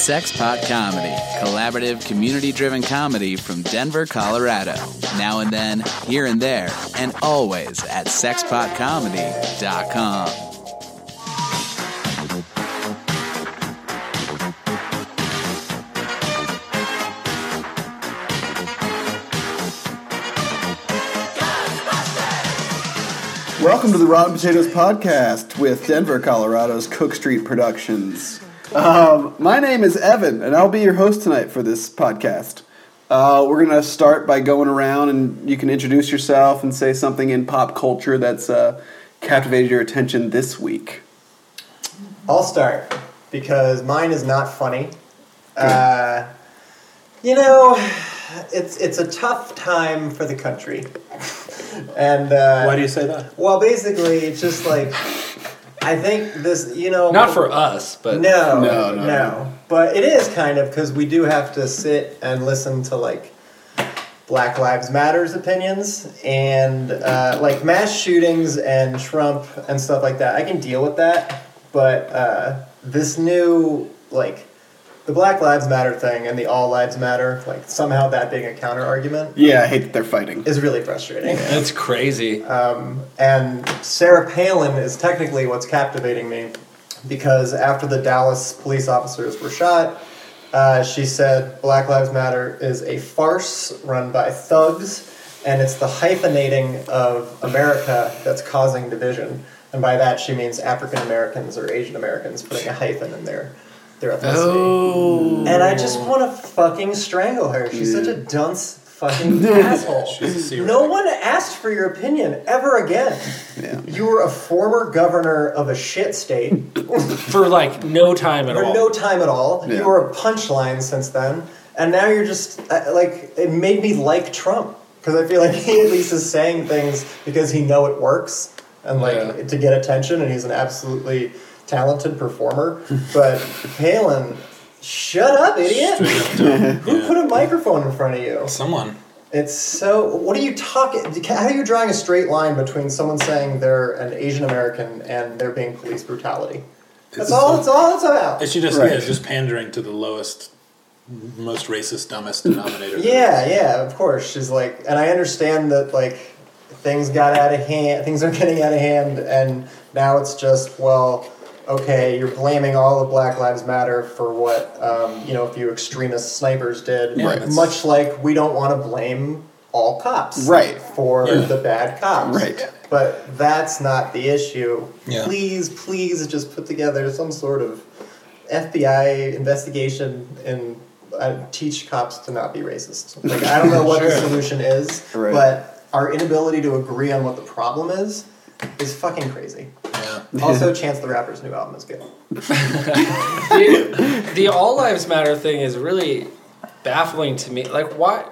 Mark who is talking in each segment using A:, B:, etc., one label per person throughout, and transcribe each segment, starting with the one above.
A: Sexpot Comedy, collaborative, community driven comedy from Denver, Colorado. Now and then, here and there, and always at sexpotcomedy.com.
B: Welcome to the Rotten Potatoes Podcast with Denver, Colorado's Cook Street Productions. Um, my name is Evan, and I'll be your host tonight for this podcast. Uh, we're going to start by going around, and you can introduce yourself and say something in pop culture that's uh, captivated your attention this week.
C: I'll start because mine is not funny. Uh, you know, it's it's a tough time for the country, and uh,
D: Why do you say that?
C: well, basically, it's just like I think this. You know,
D: Not for us, but
C: no,
B: No, no,
C: no, no,
B: no.
C: But it is kind of because we do have to sit and listen to like Black Lives Matters opinions and uh, like mass shootings and Trump and stuff like that. I can deal with that, but uh, this new like the Black Lives Matter thing and the All Lives Matter like somehow that being a counter argument
B: Yeah, I hate that they're fighting.
C: is really frustrating.
D: that's crazy.
C: Uh, And Sarah Palin is technically what's captivating me because after the Dallas police officers were shot, uh, she said Black Lives Matter is a farce run by thugs and it's the hyphenating of America that's causing division. And by that, she means African Americans or Asian Americans putting a hyphen in their, their ethnicity.
D: oh,
C: And I just want to fucking strangle her. She's such a dunce fucking asshole.
D: She's a serial
C: no
D: killer.
C: one asked for your opinion ever again.
B: Yeah.
C: You were a former governor of a shit state
D: for like no time at
C: for
D: all.
C: no time at all.
B: Yeah.
C: You were a punchline since then. And now you're just, uh, like, it made me like Trump. Because I feel like he at least is saying things because he know it works. And, like,
D: Yeah.
C: to get attention. And he's an absolutely talented performer. But Palin, shut up, idiot. Who put a microphone in front of you?
D: Someone.
C: It's so. What are you talking? How are you drawing a straight line between someone saying they're an Asian American and they're being police brutality? That's all. That's all it's about.
E: It's just
B: Right.
E: yeah, it's just pandering to the lowest, most racist, dumbest denominator.
C: Yeah, yeah. Of course, she's like, and I understand that like things got out of hand. Things are getting out of hand, and now it's just well. Okay, you're blaming all of Black Lives Matter for what um, you know a few extremist snipers did.
E: Yeah, Right.
C: Much like we don't want to blame all cops.
B: Right.
C: For
E: Yeah.
C: the bad cops.
B: Right.
C: But that's not the issue.
E: Yeah.
C: Please, please just put together some sort of FBI investigation and uh, teach cops to not be racist. Like, I don't know what the solution is,
B: Right.
C: but our inability to agree on what the problem is is fucking crazy.
E: Yeah.
C: Also, Chance the Rapper's new album is good.
D: the, the all lives matter thing is really baffling to me. Like, why?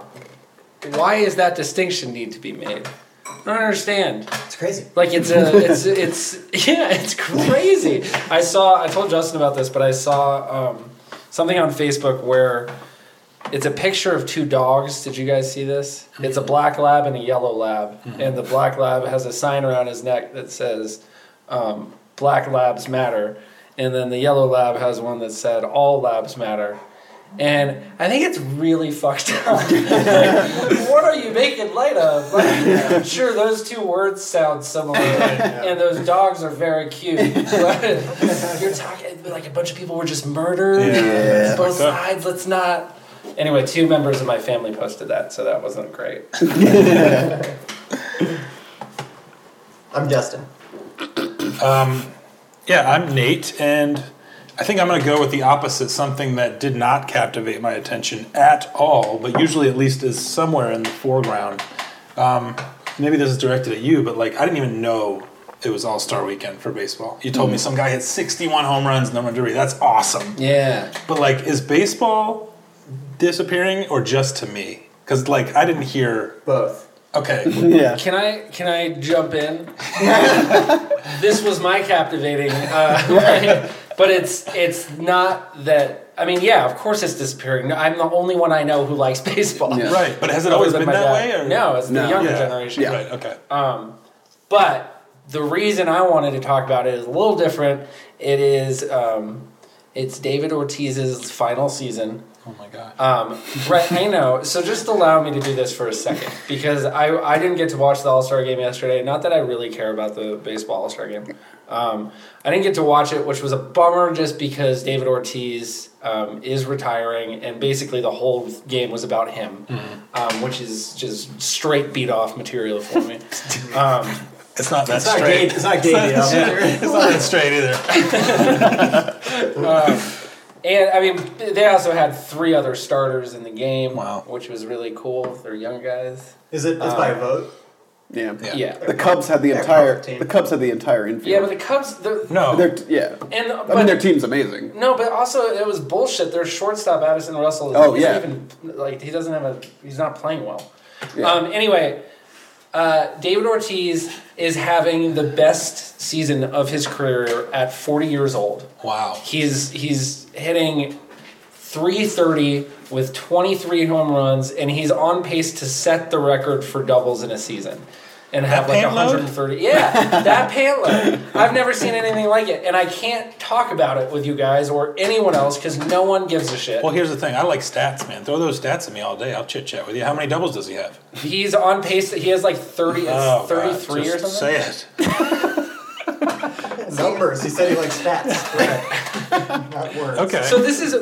D: Why is that distinction need to be made? I don't understand.
C: It's crazy.
D: Like it's a, it's it's yeah, it's crazy. I saw I told Justin about this, but I saw um, something on Facebook where it's a picture of two dogs. Did you guys see this? It's a black lab and a yellow lab, and the black lab has a sign around his neck that says um, "Black Labs Matter," and then the yellow lab has one that said "All Labs Matter." And I think it's really fucked up. what are you making light of? Like, sure, those two words sound similar, and those dogs are very cute. But you're talking like a bunch of people were just murdered.
B: Yeah.
D: Both sides. Let's not. Anyway, two members of my family posted that, so that wasn't great.
C: I'm Justin.
E: Yeah, I'm Nate, and I think I'm going to go with the opposite something that did not captivate my attention at all, but usually at least is somewhere in the foreground. Um, maybe this is directed at you, but like I didn't even know it was All Star Weekend for baseball. You told me some guy hit 61 home runs in the Derby. That's awesome.
D: Yeah.
E: But like, is baseball disappearing or just to me? Because like I didn't hear.
C: Both.
E: Okay.
B: Yeah.
D: Can I can I jump in? this was my captivating, uh, but it's it's not that. I mean, yeah, of course it's disappearing. I'm the only one I know who likes baseball.
B: Yeah.
E: Right, but has it
D: Other
E: always
D: than
E: been
D: my
E: that way?
D: dad.
E: Or?
D: No, it's the
B: No.
D: younger
E: Yeah.
D: generation.
B: Yeah.
E: Right, okay.
D: But the reason I wanted to talk about it is a little different. It is um, It's David Ortiz's final season.
E: Oh my god.
D: Um, right, I know. So just allow me to do this for a second because I, I didn't get to watch the All Star game yesterday. Not that I really care about the baseball All Star game. Um, I didn't get to watch it, which was a bummer just because David Ortiz um, is retiring and basically the whole game was about him, um, which is just straight beat off material for me. um,
E: It's not that
C: It's not gay.
E: straight.
C: It's not gay.
E: It's not that straight either.
D: And I mean, they also had three other starters in the game,
E: Wow.
D: which was really cool. They're young guys.
C: Is it? It's by vote.
B: Yeah.
E: Yeah.
D: Yeah.
B: The Cubs had the
C: Their
B: entire
C: Cubs team.
B: the Cubs had the entire
D: Yeah, but
B: infield.
D: the Cubs. They're,
E: No.
B: Their- yeah.
D: And
B: I mean,
D: but-
B: their team's amazing.
D: No, but also it was bullshit. Their shortstop Addison Russell is
B: Oh,
D: he's
B: yeah.
D: even like he doesn't have a he's not playing well.
B: Yeah.
D: Um, anyway, uh, David Ortiz is having the best season of his career at 40 years old.
E: Wow.
D: He's he's hitting 330 with 23 home runs, and he's on pace to set the record for doubles in a season. And have like
E: payload?
D: 130. Yeah, that payload. I've never seen anything like it, and I can't talk about it with you guys or anyone else because no one gives a shit.
E: Well, here's the thing. I like stats, man. Throw those stats at me all day. I'll chit chat with you. How many doubles does he have?
D: He's on pace. He has like 30, it's
E: Oh, God.
D: 33 or
E: Just
D: something.
E: Say it.
C: Numbers. He said he likes stats. Not words.
E: Okay.
D: So this is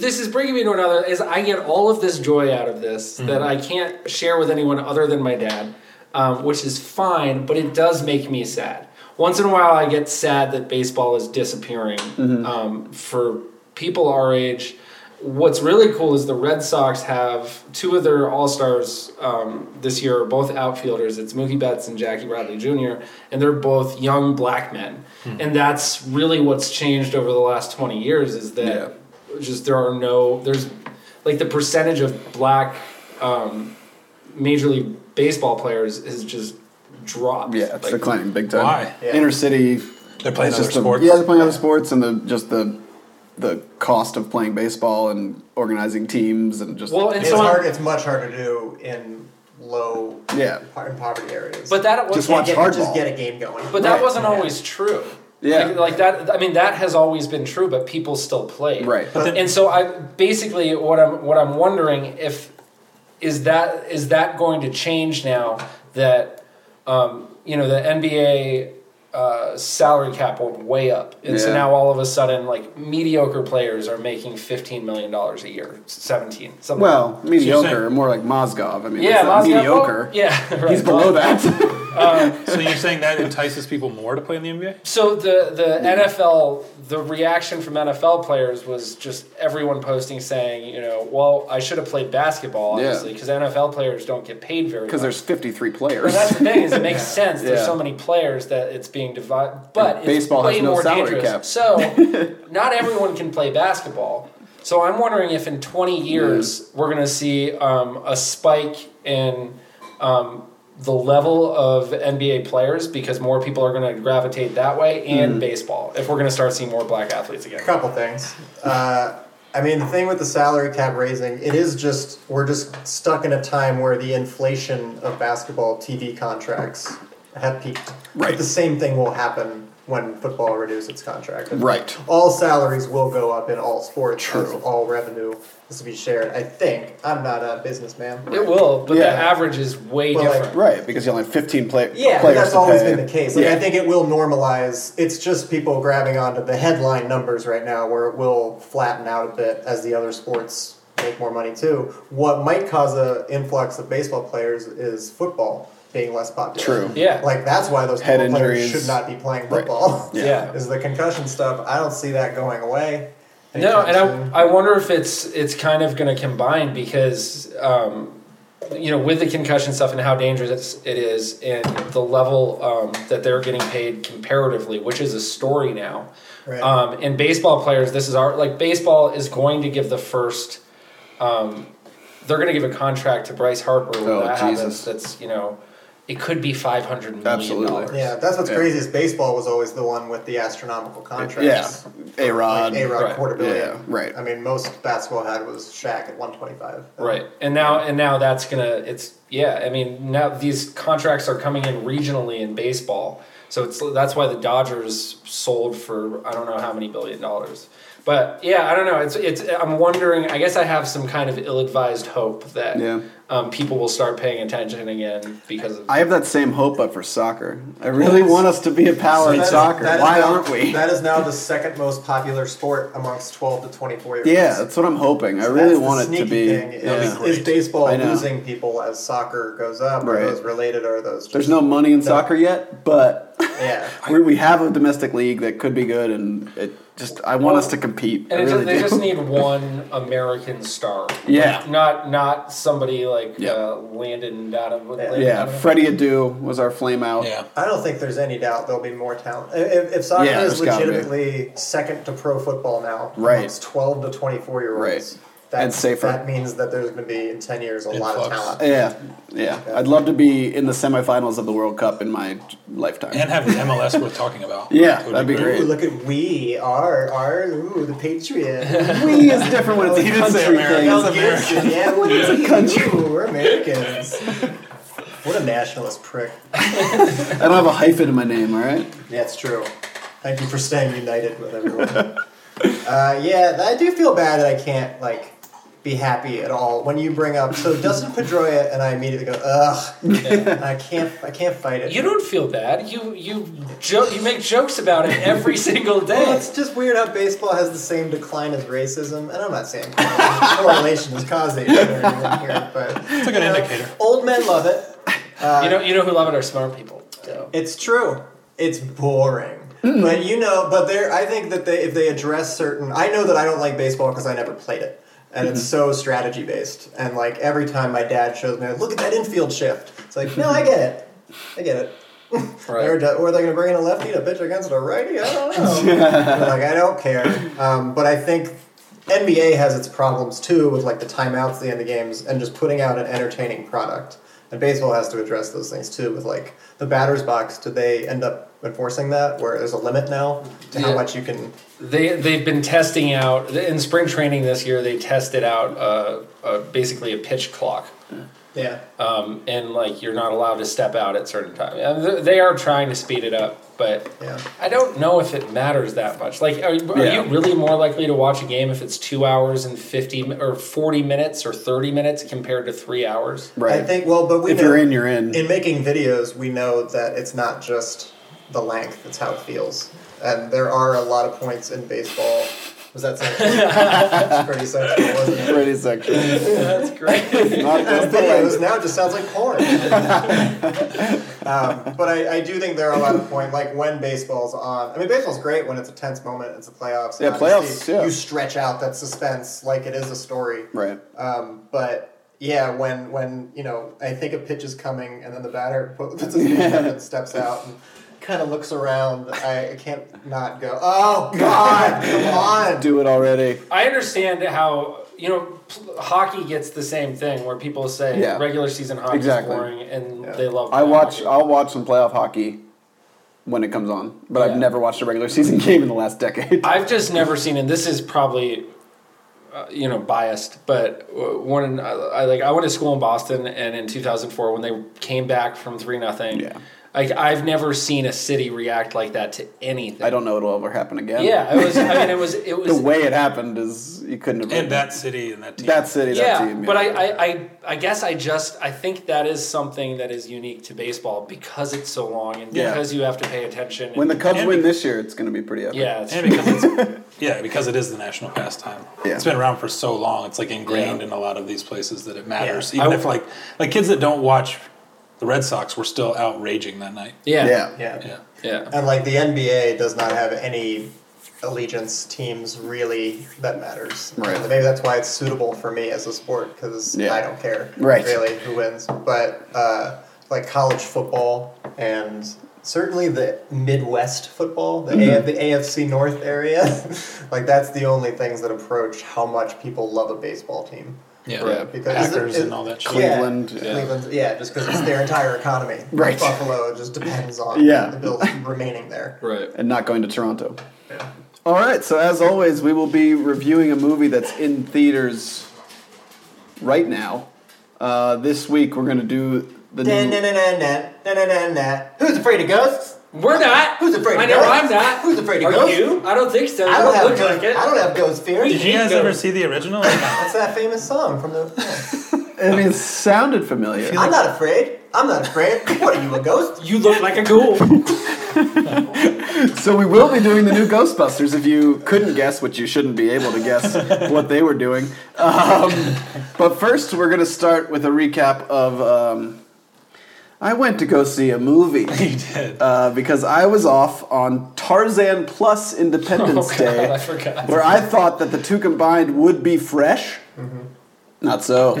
D: this is bringing me to another. Is I get all of this joy out of this that I can't share with anyone other than my dad, um, which is fine, but it does make me sad. Once in a while, I get sad that baseball is disappearing um, for people our age. What's really cool is the Red Sox have two of their All Stars um, this year, are both outfielders. It's Mookie Betts and Jackie Bradley Jr., and they're both young black men. And that's really what's changed over the last 20 years is that just there are no, there's like the percentage of black um, Major League Baseball players has just dropped.
B: Yeah, it's
D: Like,
B: declining big time.
E: Why?
C: Yeah.
B: Inner city.
E: They're playing
B: it's
E: other
B: just the-
E: sports.
B: yeah, they're playing other sports, and the just the the cost of playing baseball and organizing teams and just
D: Well, and
C: It's
D: so I'm-
C: hard. It's much harder to do in low,
B: yeah,
C: po- in poverty areas.
D: but that was
B: Just
C: Can't
B: watch
C: get-
B: hardball.
C: Just get a game going.
D: But that
B: Right.
D: wasn't always true.
B: Yeah.
D: Like, like that. I mean, that has always been true, but people still play.
B: Right. But
E: then-
D: and so I basically what I'm what I'm wondering if is that is that going to change now that um, you know the NBA. Uh, salary cap went way up, and so
B: Yeah.
D: now all of a sudden, like mediocre players are making fifteen million dollars a year, seventeen. Something
B: well, mediocre,
E: saying-
B: more like Mozgov. I mean,
D: yeah,
B: it's not
D: Mozgov-
B: mediocre.
D: Yeah, right.
B: He's below that.
E: So you're saying that entices people more to play in the NBA?
D: So the the NFL the reaction from NFL players was just everyone posting saying you know well I should have played basketball
B: Yeah.
D: obviously because NFL players don't get paid very
B: Because
D: much.
B: there's 53
D: And
B: players.
D: that's the thing is it makes sense. There's
B: Yeah.
D: so many players that it's being divided. But it's
B: baseball has
D: way
B: no
D: more
B: salary
D: dangerous.
B: cap.
D: So not everyone can play basketball. So I'm wondering if in 20 years we're going to see um, a spike in um, the level of NBA players because more people are going to gravitate that way
B: Mm.
D: and baseball. If we're going to start seeing more black athletes again.
C: a couple things. Uh, I mean, the thing with the salary cap raising, it is just we're just stuck in a time where the inflation of basketball TV contracts have peaked.
B: Right.
C: The same thing will happen when football renews its contract. And
B: Right.
C: All salaries will go up in all sports. as
B: True.
C: All revenue is to be shared. I think. I'm not a businessman.
D: It will, but
B: Yeah.
D: the average is way
C: Well, like,
D: different.
B: right, because you only have 15 play-
C: Yeah, but
B: players.
C: that's
B: to
C: always
B: pay.
C: been the case. Like,
B: yeah.
C: I think it will normalize. It's just people grabbing onto the headline numbers right now, where it will flatten out a bit as the other sports make more money too. What might cause a influx of baseball players is football being less popular.
B: True.
D: Yeah.
C: Like that's why those
B: Head
C: football players
B: injuries.
C: should not be playing
B: Right.
C: football.
B: Yeah.
D: Yeah.
C: Is the concussion stuff? I don't see that going away.
D: No,
C: anytime
D: and
C: soon.
D: I, I wonder if it's it's kind of going to combine because um, you know with the concussion stuff and how dangerous it is and the level um, that they're getting paid comparatively, which is a story now.
C: Right.
D: Um, and baseball players, this is our like baseball is going to give the first. Um, they're going to give a contract to Bryce Harper when
B: Oh,
D: that
B: Jesus.
D: happens. That's you know, it could be five hundred million dollars.
B: Absolutely.
C: Yeah, that's what's
B: Yeah.
C: crazy is baseball was always the one with the astronomical contracts.
B: Yeah. A Rod.
C: Like A Rod
D: Right.
C: quarter billion.
B: Um, Yeah, right.
C: I mean, most basketball had was Shaq at one twenty five.
D: Right. And now and now that's gonna it's yeah, I mean now these contracts are coming in regionally in baseball. So it's that's why the Dodgers sold for I don't know how many billion dollars. But yeah, I don't know. It's it's. I'm wondering. I guess I have some kind of ill-advised hope that
B: Yeah.
D: um, people will start paying attention again because of
B: I have that same hope, but for soccer. I really want us to be a power in
C: That is-
B: soccer.
C: that is
B: Why
C: now-
B: aren't we?
C: That is now the second most popular sport amongst 12 to 24 year olds.
B: Yeah, that's what I'm hoping. I really want it to be.
C: Thing is,
B: yeah.
C: is baseball
B: I know.
C: losing people as soccer goes up? Are
B: Right.
C: those related or are those just,
B: There's no money in soccer yet, but
C: Yeah.
B: we, we have a domestic league that could be good, and it just I want us to compete. I
D: And it
B: really
D: just, they
B: do.
D: just need one American star.
B: Yeah.
D: Not not somebody like
B: Yeah.
D: uh, Landon Donovan. Landon
B: yeah,
D: Donovan.
B: Freddie Adu was our flame out.
E: Yeah.
C: I don't think there's any doubt there'll be more talent. If, if soccer
B: Yeah,
C: is
B: there's gotta be.
C: legitimately second to pro football now,
B: Right.
C: amongst 12 to 24 year olds,
B: Right.
C: that-
B: And safer.
C: That means that there's going to be in 10 years a lot of
E: Influx.
C: talent.
B: yeah, yeah. I'd love to be in the semifinals of the World Cup in my lifetime.
E: And have the MLS worth talking about.
B: Yeah,
E: That would
B: that'd be great.
C: Ooh, look at we are are ooh the Patriot.
B: we is different when it's a
E: He didn't say
B: country
E: America.
B: thing. It's
E: Hell
B: a-
E: yeah.
C: Gibson, yeah, what is a country? Ooh, we're Americans. what a nationalist prick.
B: I don't have a hyphen in my name. All right.
C: That's true. Thank you for staying united with everyone. uh, yeah, I do feel bad that I can't like be happy at all when you bring up so Dustin Pedroia and I immediately go ugh. I can't I can't fight it.
D: You don't feel bad. You you jo- you make jokes about it every single
C: Well,
D: day.
C: it's just weird how baseball has the same decline as racism, and I'm not saying correlation is causation or anything here, but it's
E: a good indicator.
C: Old men love it.
D: you
C: uh,
D: know you know who love it are smart people. So.
C: It's true. It's boring.
E: Hmm.
C: But you know, but there, I think that they, if they address certain, I know that I don't like baseball because I never played it, and it's
E: Mm-hmm.
C: so strategy based. And like every time my dad shows me, look at that infield shift. It's like, no, I get it. I get it. Or, do- or are they going to bring in a lefty to pitch against a righty? I don't know. Like I don't care. Um, but I think NBA has its problems too with like the timeouts at the end of games and just putting out an entertaining product. And baseball has to address those things too with like the batter's box. Did they end up enforcing that where there's a limit now to how
D: Yeah.
C: much you can?
D: They they've been testing out in spring training this year. They tested out uh, uh, basically a pitch clock,
C: Yeah.
D: um, and like you're not allowed to step out at certain time. And th- They are trying to speed it up, but
C: Yeah.
D: I don't know if it matters that much. Like, are, are
B: Yeah.
D: you really more likely to watch a game if it's two hours and fifty mi- or forty minutes or thirty minutes compared to three hours?
B: Right.
C: I think. Well, but we
B: if
C: know,
B: you're in, you're in.
C: in making videos, we know that it's not just the length; it's how it feels. And there are a lot of points in baseball. Was that sexual? That's pretty sexual, wasn't it?
B: Pretty sexual.
D: That's great.
B: Not just the
C: videos
B: language.
C: now just sounds like porn. um, but I, I do think there are a lot of point like when baseball's on. I mean, baseball's great when it's a tense moment. It's a playoffs. and
B: Yeah, playoffs,
C: obviously
B: yeah.
C: You stretch out that suspense like it is a story.
B: Right.
C: Um, but yeah, when when you know, I think a pitch is coming, and then the batter puts puts his hand up and steps out and kind of looks around. I, I can't not go. Oh God, come on!
B: Do it already.
D: I understand how you know pl- hockey gets the same thing where people say
B: Yeah.
D: regular season hockey
B: Exactly.
D: is boring and they love.
B: I watch.
D: hockey.
B: I'll watch some playoff hockey when it comes on, but
D: Yeah.
B: I've never watched a regular season game in the last decade.
D: I've just never seen, and this is probably, uh, you know, biased, but uh, when I, I like I went to school in Boston, and in 2004 when they came back from three nothing,
B: Yeah.
D: like I've never seen a city react like that to anything.
B: I don't know it'll ever happen again.
D: Yeah, it was. I mean, it was. It was.
B: the way it happened is you couldn't have.
E: And that city and that team.
B: that city,
D: yeah,
B: that team.
D: but I, I, I, I guess I just I think that is something that is unique to baseball because it's so long and
B: Yeah.
D: because you have to pay attention. and-
B: when the Cubs
E: And-
B: win this year, it's going to be pretty epic.
D: yeah, it's
E: And because it's, yeah, because it is the national pastime.
B: Yeah.
E: It's been around for so long. It's like ingrained
D: Yeah.
E: in a lot of these places that it matters.
D: Yeah.
E: Even
D: I-
E: if like like kids that don't watch the Red Sox were still out raging that night.
D: yeah,
B: yeah,
C: Yeah.
E: Yeah.
D: yeah.
C: And like the NBA does not have any allegiance teams really that matters.
B: Right.
C: Maybe that's why it's suitable for me as a sport because
B: Yeah.
C: I don't care
B: Right.
C: really who wins. But uh, like college football and certainly the Midwest football,
B: Mm-hmm.
C: the, A- the AFC North area, like that's the only things that approach how much people love a baseball team.
E: Yeah.
B: Yeah.
C: Because is it-
E: Packers
C: is-
E: and all that shit.
B: Cleveland.
C: yeah, Cleveland, yeah, just because it's their entire economy.
B: Right.
C: Buffalo just depends on
B: Yeah.
C: the Bills remaining there.
D: right.
B: and not going to Toronto. All right, so as always, we will be reviewing a movie that's in theaters right now. Uh, this week, we're going to do the
C: Na, na,
B: new.
C: na, na, na, na, na, na, na. Who's afraid of ghosts?
D: We're not.
C: Who's afraid
D: I
C: of
D: know
C: ghosts?
D: I'm not.
C: Who's afraid of
D: Are
C: ghosts?
D: you? I don't think so.
C: I don't
D: It
C: have
D: look
C: ghost,
D: like it.
C: I don't have ghost fear.
E: Did you guys
D: Ego.
E: ever see the original?
F: That's that famous song from the. yeah.
B: I mean, it sounded familiar.
C: I'm not afraid. I'm not afraid. What are you, a ghost?
D: You look like a ghoul.
B: So we will be doing the new Ghostbusters. If you couldn't guess, which you shouldn't be able to guess what they were doing. Um, but first, we're going to start with a recap of. Um, I went to go see a movie
E: you did.
B: uh, because I was off on Tarzan plus Independence
D: Oh, God,
B: Day,
D: I forgot.
B: where I thought that the two combined would be fresh.
D: Mm-hmm.
B: Not so.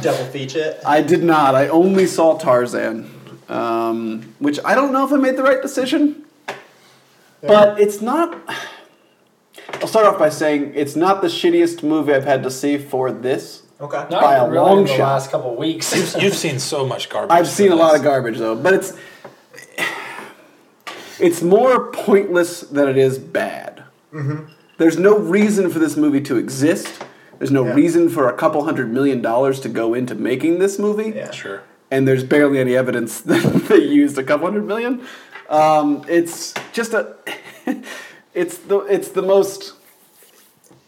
C: Double feature.
B: I did not. I only saw Tarzan, um, which I don't know if I made the right decision. But it's not. I'll start off by saying it's not the shittiest movie I've had to see for this.
C: Okay.
D: Not
B: By a
D: even really
B: long
D: in the
B: shot.
D: last couple weeks.
E: You've seen so much garbage.
B: I've seen
E: for
B: a lot
E: this.
B: of garbage though, but it's it's more pointless than it is bad.
F: Mm-hmm.
B: There's no reason for this movie to exist. There's no
F: Yeah.
B: reason for a couple hundred million dollars to go into making this movie.
F: Yeah.
E: Sure.
B: and there's barely any evidence that they used a couple hundred million. Um, it's just a, it's the it's the most.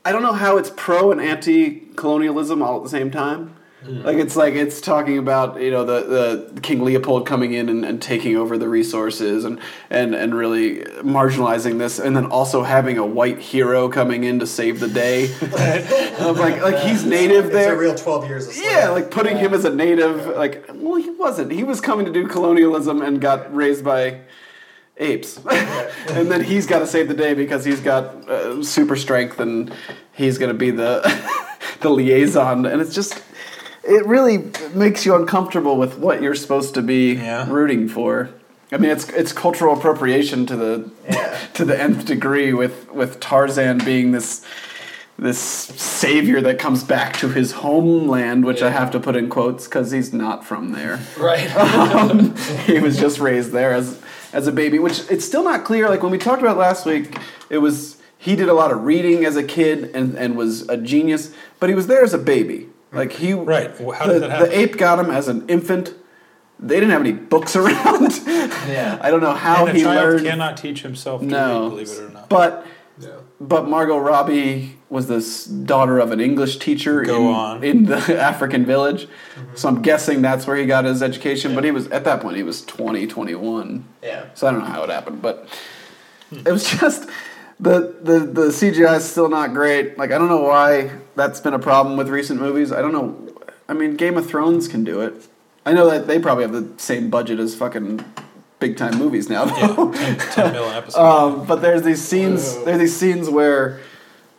B: I don't know how it's pro and anti colonialism all at the same time.
F: Hmm.
B: Like it's like it's talking about you know the, the King Leopold coming in and, and taking over the resources and, and and really marginalizing this and then also having a white hero coming in to save the day. I'm like like he's native
F: It's
B: there.
F: a real 12 years of slave.
B: Yeah, like putting him as a native, like well, he wasn't. He was coming to do colonialism and got raised by apes, and then he's got to save the day because he's got uh, super strength and he's gonna be the the liaison. And it's just, it really makes you uncomfortable with what you're supposed to be
E: Yeah.
B: rooting for. I mean, it's it's cultural appropriation to the to the nth degree with with Tarzan being this this savior that comes back to his homeland, which I have to put in quotes because he's not from there.
D: right.
B: Um, he was just raised there as as a baby, which it's still not clear. Like when we talked about last week, it was he did a lot of reading as a kid and and was a genius, but he was there as a baby. Like he
E: Right. Well, how
B: the,
E: did that happen?
B: the ape got him as an infant. They didn't have any books around. yeah, I don't know how
E: and a
B: he
E: child
B: learned.
E: cannot teach himself to
B: no,
E: read, believe it or not.
B: but but Margot Robbie was this daughter of an English teacher
E: Go
B: in,
E: on.
B: in the African village. So I'm guessing that's where he got his education, but he was at that point he was 20, 21.
C: Yeah.
B: So I don't know how it happened, but
E: Hmm.
B: it was just the the the CGI is still not great. Like I don't know why that's been a problem with recent movies. I don't know. I mean, Game of Thrones can do it. I know that they probably have the same budget as fucking big time movies now. Though.
E: 10, 10 million episode.
B: Um, but there's these scenes. There's these scenes where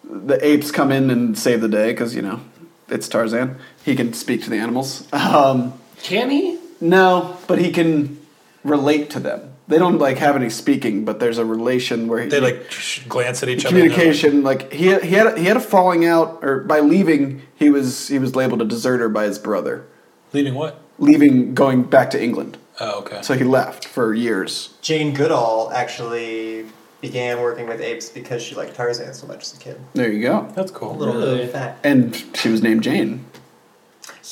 B: the apes come in and save the day because you know it's Tarzan. He can speak to the animals. Um,
D: Can he?
B: no, but he can relate to them. They don't like have any speaking, but there's a relation where he,
E: they like sh- glance at each other. and they're like,
B: communication. Like he he had he had a falling out, or by leaving he was he was labeled a deserter by his brother,
E: Leading what?
B: leaving going back to England.
E: Oh, okay.
B: So he left for years.
F: Jane Goodall actually began working with apes because she liked Tarzan so much as a kid.
B: There you go.
E: that's cool.
C: Little
D: Really?
C: known fact.
B: And she was named Jane.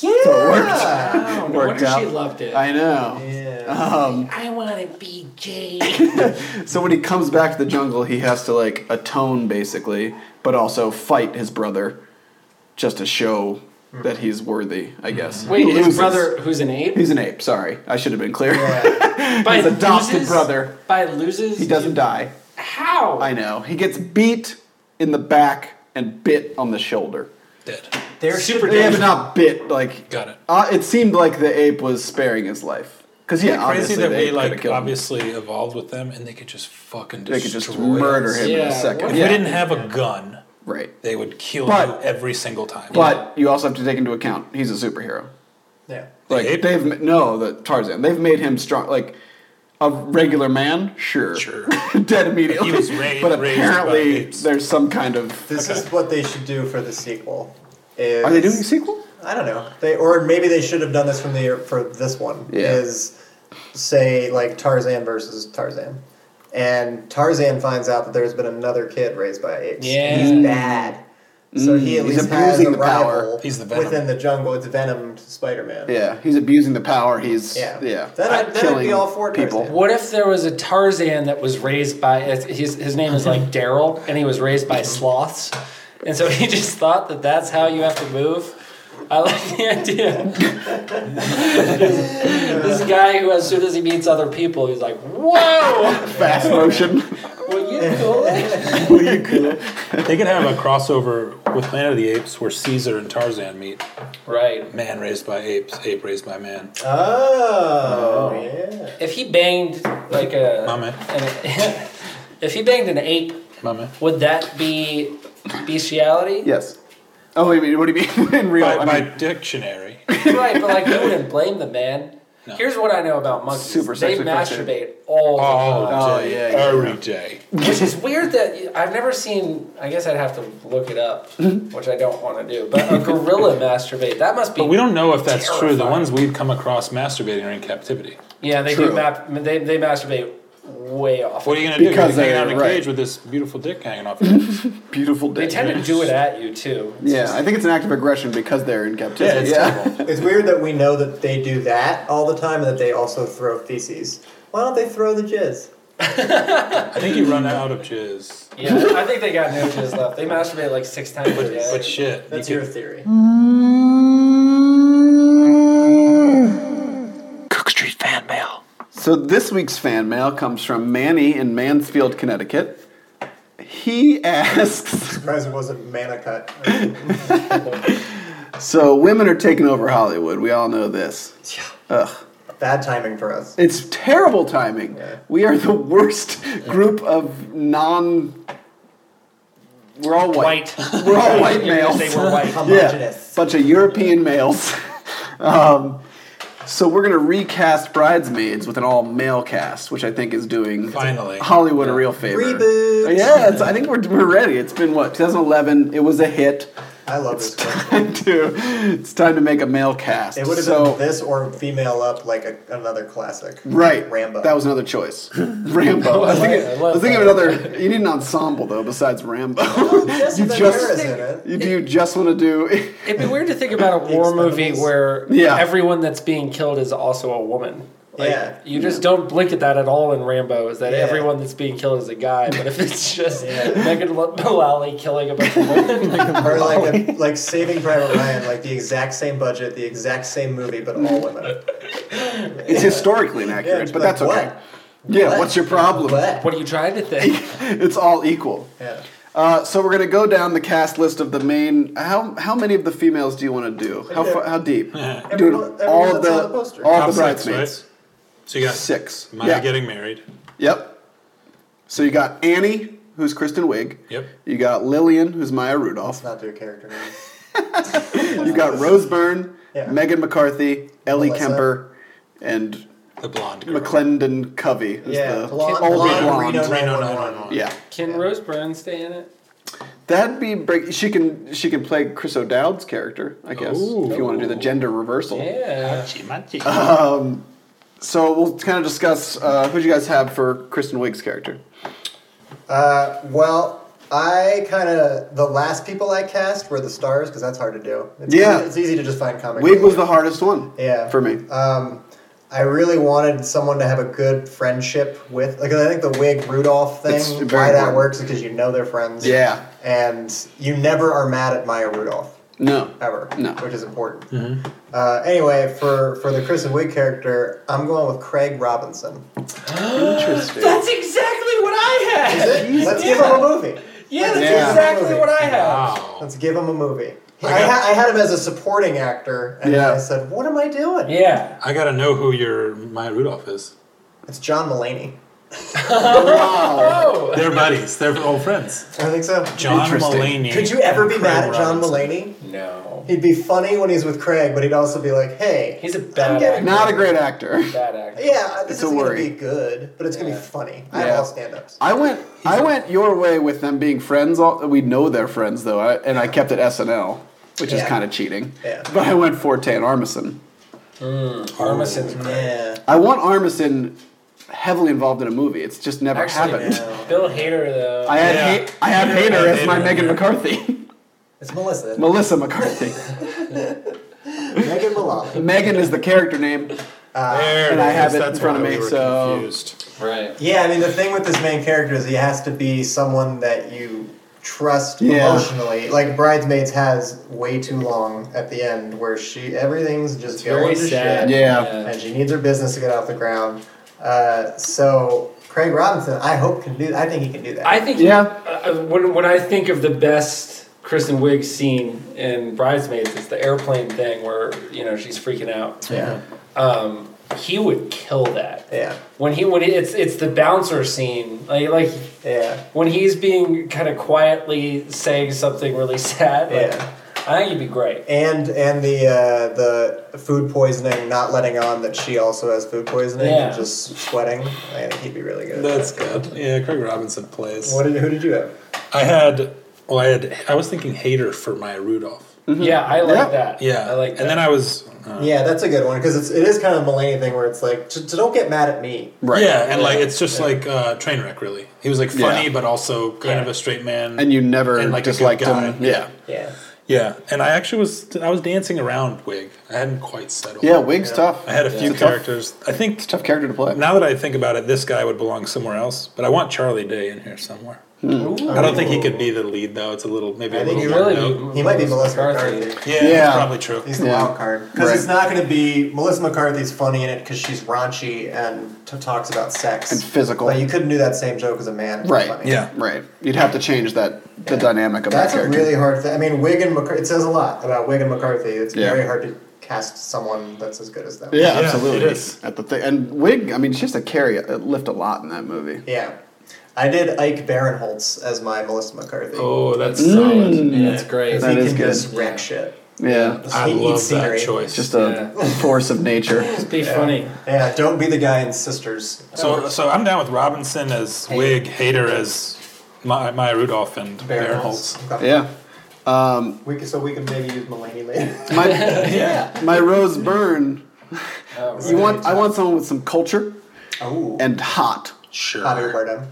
C: Yeah.
B: So it worked.
D: Oh, no
B: Worked
D: wonder she
B: out.
D: loved it.
B: I know.
C: Yeah.
D: I want to be gay.
B: So when he comes back to the jungle, he has to like atone basically, but also fight his brother just to show that he's worthy, I guess.
D: Wait,
B: He
D: his
B: loses.
D: brother, who's an ape,
B: He's an ape, sorry. I should have been clear.
D: by
B: his adopted
D: loses-
B: brother.
D: By loses,
B: he doesn't die.
D: How?
B: I know. He gets beat in the back and bit on the shoulder.
E: Dead.
C: They're
D: Super
B: They have
D: dangerous.
B: not bit like
E: Got it.
B: Uh, it seemed like the ape was sparing his life. Cuz yeah,
E: Crazy
B: obviously the
E: that we
B: ape coulda
E: like
B: killed him.
E: obviously evolved with them, and they could just fucking destroy
B: they could just
E: us.
B: murder him in
D: Yeah,
B: a second.
D: what-
E: If
B: Yeah.
E: we didn't have a gun,
B: right.
E: they would kill
B: But-
E: you every single time.
B: But you also have to take into account he's a superhero.
C: Yeah.
B: Like
E: ape?
B: they've ma- no the Tarzan. They've made him strong. Like a regular man, sure,
E: Sure.
B: dead immediately.
E: He was ra-
B: but
E: raised by
B: apparently,
E: apes.
B: there's some kind of.
F: This is what they should do for the sequel. Is,
B: Are they doing a sequel?
F: I don't know. They or maybe they should have done this from the for this one.
B: Yeah.
F: Is say like Tarzan versus Tarzan, and Tarzan finds out that there's been another kid raised by apes.
D: Yeah.
F: He's bad.
C: So he at
B: Mm, he's
C: least has a
B: abusing the power.
C: rival
E: He's the Venom.
C: within the jungle. It's Venom Spider-Man.
B: Yeah, he's abusing the power. He's
C: Yeah.
B: yeah,
C: Then I'd- then I'd be
B: killing
C: all for it,
B: people.
C: Tarzan.
D: What if there was a Tarzan that was raised by his his name is like Daryl and he was raised by sloths, and so he just thought that that's how you have to move. I like the idea. this guy who, as soon as he meets other people, he's like, "Whoa,
B: Fast motion.
D: will you cool it?"
E: They could have a crossover with Planet of the Apes where Caesar and Tarzan meet.
D: Right.
E: Man raised by apes, ape raised by man.
C: Oh, yeah.
D: If he banged like a,
E: My man.
D: an- if he banged an ape,
E: My man.
D: would that be bestiality?
B: yes. Oh, wait, wait, what do you mean in real?
E: By,
B: I
E: by
B: mean,
E: dictionary.
D: right, but like you wouldn't blame the man.
E: No.
D: Here's what I know about monkeys:
B: Super
D: they
B: sexually
D: masturbate
B: frustrated.
D: all the
E: All
D: time,
B: Oh,
E: day.
B: yeah, yeah.
E: Every day.
D: which is weird that I've never seen. I guess I'd have to look it up, which I don't want to do. But a gorilla masturbate that must be.
E: But we don't know if that's true. The
D: Terrifying.
E: ones we've come across masturbating are in captivity.
D: Yeah, they do.
B: True.
D: Map, they they masturbate way off.
E: What are you going to do? You're
B: Because
E: gonna hang
B: they're-
E: out in a
B: right.
E: cage with this beautiful dick hanging off you.
B: beautiful day.
D: they tend to do it at you too.
B: yeah, I think it's an act of aggression because they're in captivity.
E: it's
B: Yeah,
E: terrible.
C: It's weird that we know that they do that all the time and that they also throw feces. Why don't they throw the jizz?
E: I think you run out of jizz.
D: Yeah, I think they got no jizz left. They masturbate like six times a day.
E: But shit.
C: That's
E: you
C: your
E: could-
C: theory.
G: Cook Street fan mail.
B: So this week's fan mail comes from Manny in Mansfield, Connecticut. He asks.
C: Surprised it wasn't Manicut.
B: So women are taking over Hollywood. We all know this. Ugh.
C: Bad timing for us.
B: It's terrible timing. We are the worst group of non. We're all white.
D: white.
B: We're all white males.
D: They were white.
B: Yeah,
C: Homogenous.
B: bunch of European males. um, so we're gonna recast Bridesmaids with an all-male cast, which I think is doing
E: Finally.
B: Hollywood a real favor.
C: Reboot.
B: Yeah, it's, I think we're, we're ready. It's been what 2011. It was a hit.
C: I love this question.
B: Dude, it's time to make a male cast.
C: It would have
B: so,
C: been this or female up, like a, another classic.
B: Right,
C: Rambo.
B: That was another choice. Rambo. I was thinking,
D: I
B: I
D: love
B: was thinking of
D: that.
B: another. You need an ensemble though, besides Rambo.
C: Jesse
B: you
C: Ventura
B: just
C: is in it.
B: you, do you just want to do
D: It'd be weird to think about a war movie
C: Expendables.
D: where
B: Yeah.
D: everyone that's being killed is also a woman. Like,
C: Yeah.
D: You just don't blink at that at all in Rambo, is that
C: Yeah.
D: everyone that's being killed is a guy. But if it's just Megan Lo- Mullally killing a bunch of women,
C: Or like a, like Saving Private Ryan, like the exact same budget, the exact same movie, but all women.
B: it's historically inaccurate,
C: Yeah,
B: but
C: like,
B: that's okay.
C: what?
B: Yeah, what's your problem?
C: But
D: what are you trying to think?
B: It's all equal.
C: yeah.
B: Uh, so we're gonna go down the cast list of the main. How how many of the females do you want to do? How fa- how deep? Doing
C: Everyone- everyone
B: all of
C: that's on
B: the
C: the poster.
B: all
E: Top
B: the
E: six,
B: bridesmaids.
E: right? So you got
B: Six.
E: Maya
B: Yeah.
E: getting married.
B: Yep. So you got Annie, who's Kristen Wiig.
E: Yep.
B: You got Lillian, who's Maya Rudolph.
C: Not their character names.
B: You got Rose Byrne,
C: Yeah.
B: Megan McCarthy, Ellie
C: Melissa.
B: Kemper, and
E: The blonde girl.
B: McClendon Covey. Is
C: Yeah,
B: the
C: blonde,
B: older
C: blonde,
B: blonde.
C: Reno,
E: Reno
C: 911.
B: Yeah,
D: Can Rose Byrne stay in it?
B: that'd be break. She can she can play Chris O'Dowd's character, I guess.
E: Ooh.
B: If you want to do the gender reversal.
D: Yeah.
B: So we'll kind of discuss uh, who you guys have for Kristen Wiig's character.
C: Uh, well, I kind of the last people I cast were the stars because that's hard to do. It's
B: Yeah.
C: easy, it's easy to just find comic.
B: Wiig was
C: relief.
B: the hardest one.
C: yeah
B: for me.
C: Um, I really wanted someone to have a good friendship with. Like I think the Wig Rudolph thing,
B: It's
C: why
B: very
C: that
B: important.
C: works is because you know they're friends.
B: Yeah.
C: and you never are mad at Maya Rudolph
B: No,
C: ever.
B: No.
C: which is important. Uh, anyway, for for the Kristen Wiig character, I'm going with Craig Robinson.
B: interesting.
D: That's exactly what I had.
C: Let's give him a movie.
D: Yeah, that's
B: Yeah.
D: exactly what I had.
E: Wow.
C: Let's give him a movie. I,
E: got-
C: ha- I had him as a supporting actor, and
B: Yeah.
C: I said, "What am I doing?"
D: Yeah.
E: I gotta know who your Maya Rudolph is.
C: It's John Mulaney.
D: Oh.
E: They're buddies. They're old friends.
C: I think so.
E: John
B: Interesting.
E: Mulaney.
C: Could you ever be
E: and
C: mad at
E: Craig
C: John
E: Robinson.
C: Mulaney?
D: No.
C: He'd be funny when he's with Craig, but he'd also be like, "Hey,
D: He's a
C: I'm
D: bad
C: getting-
B: Not a great actor.
D: Bad actor.
C: Yeah, this
B: a
C: is gonna
B: worry.
C: be good, but it's gonna
D: Yeah.
C: be funny. I
B: Yeah.
C: have all stand-ups.
B: I went. I went your way with them being friends. All, we know they're friends though, I, and I kept it SNL, which is
C: Yeah.
B: kind of cheating.
C: Yeah.
B: But I went Forte and Armisen.
D: Armison's great.
C: Yeah,
B: I want Armisen heavily involved in a movie. It's just never
D: Actually,
B: happened.
C: no.
D: Bill Hader though.
B: I had
E: Yeah.
B: hate, I had
E: Yeah,
B: Hater as my
E: Hader,
B: Megan
E: yeah.
B: McCarthy.
C: It's Melissa.
B: Melissa McCarthy.
C: Megan Mullally.
B: Megan is the character name.
E: There
B: and
E: it
B: I have
E: is.
B: it in
E: That's
B: front of
E: why
B: me,
E: we were
B: so-
E: confused.
D: Right.
C: Yeah, I mean the thing with this main character is he has to be someone that you trust
B: Yeah.
C: emotionally. Like Bridesmaids has way too long at the end where she everything's just going
D: Very
C: to
D: sad.
C: shit.
B: Yeah.
C: And she needs her business to get off the ground. Uh, so Craig Robinson, I hope can do. I think he can do that.
D: I think
B: Yeah.
D: uh, when when I think of the best Kristen Wiig scene in Bridesmaids, it's the airplane thing where you know she's freaking out.
C: yeah,
D: Um, he would kill that.
C: yeah,
D: When he when he, it's it's the bouncer scene like like
C: yeah.
D: when he's being kind of quietly saying something really sad. like,
C: Yeah.
D: I think he'd be great.
C: And and the uh, the food poisoning, not letting on that she also has food poisoning,
D: Yeah.
C: and just sweating. I think he'd be really good. at
E: That's
C: that.
E: good. Yeah, Craig Robinson plays.
C: What did, who did you have?
E: I had, well, I had, I was thinking Hater for my Rudolph.
B: Mm.
C: Mm-hmm.
D: Yeah, I like
B: Yeah.
D: that.
E: Yeah,
D: I like that.
E: And then I was, uh,
C: Yeah, that's a good one because it's it is kind of a Mulaney thing where it's like, "J- j- don't get mad at me.
B: Right.
E: yeah, and like it's just like uh, train wreck. Really, he was like funny,
B: Yeah.
E: but also kind
D: Yeah.
E: of a straight man.
B: Mm-hmm. And you never
E: And, like, a good
B: disliked
E: guy.
B: him. Yeah.
C: Yeah,
E: yeah, and I actually was, I was dancing around Wig. I hadn't quite settled.
B: Yeah, Wig's tough.
E: I had a few
B: It's a tough-
E: characters. I think
B: Tough character to play.
E: now that I think about it, this guy would belong somewhere else. But I want Charlie Day in here somewhere. I don't think he could be the lead though. It's a little maybe a
C: I Mm. think
E: little
C: he
E: more
D: really
E: note.
C: he might be Melissa McCarthy.
E: Yeah, that's
B: Yeah.
E: probably true.
C: He's the
B: Yeah.
C: wild card because it's not going to be Melissa McCarthy's funny in it because she's raunchy and t- talks about sex
B: And physical.
C: But you couldn't do that same joke as a man.
B: Right.
C: Funny.
E: Yeah,
B: Right. You'd have to change that the dynamic of
C: That's
B: that
C: a
B: character.
C: really hard thing. I mean, Wig and McCarthy. It says a lot about Wig and McCarthy. It's
B: Yeah.
C: very hard to cast someone that's as good as them.
B: yeah,
E: Yeah,
B: absolutely.
E: it is.
B: At the thing, and Wig. I mean, she has to carry it, lift a lot in that movie.
C: Yeah. I did Ike Barinholtz as my Melissa McCarthy.
E: Oh, that's
B: Mm.
E: solid.
D: Yeah, that's great.
C: 'Cause
B: that
C: he
B: is
C: can
B: good.
C: just wreck shit.
B: Yeah,
E: I
C: He eats
E: love
C: scenery.
E: that choice.
B: just a force of nature.
D: It'd be funny.
C: Yeah, uh, don't be the guy in Sisters.
E: so, so I'm down with Robinson as Wig, Hater as Maya, Maya Rudolph, and
C: Barinholtz.
E: Barinholtz.
C: Okay.
B: Yeah.
C: We can, so we can maybe use Mulaney later.
B: My my Rose Byrne. You want? I want someone with some culture
C: Oh, and
B: and hot.
E: Sure.
C: Javier Bardem.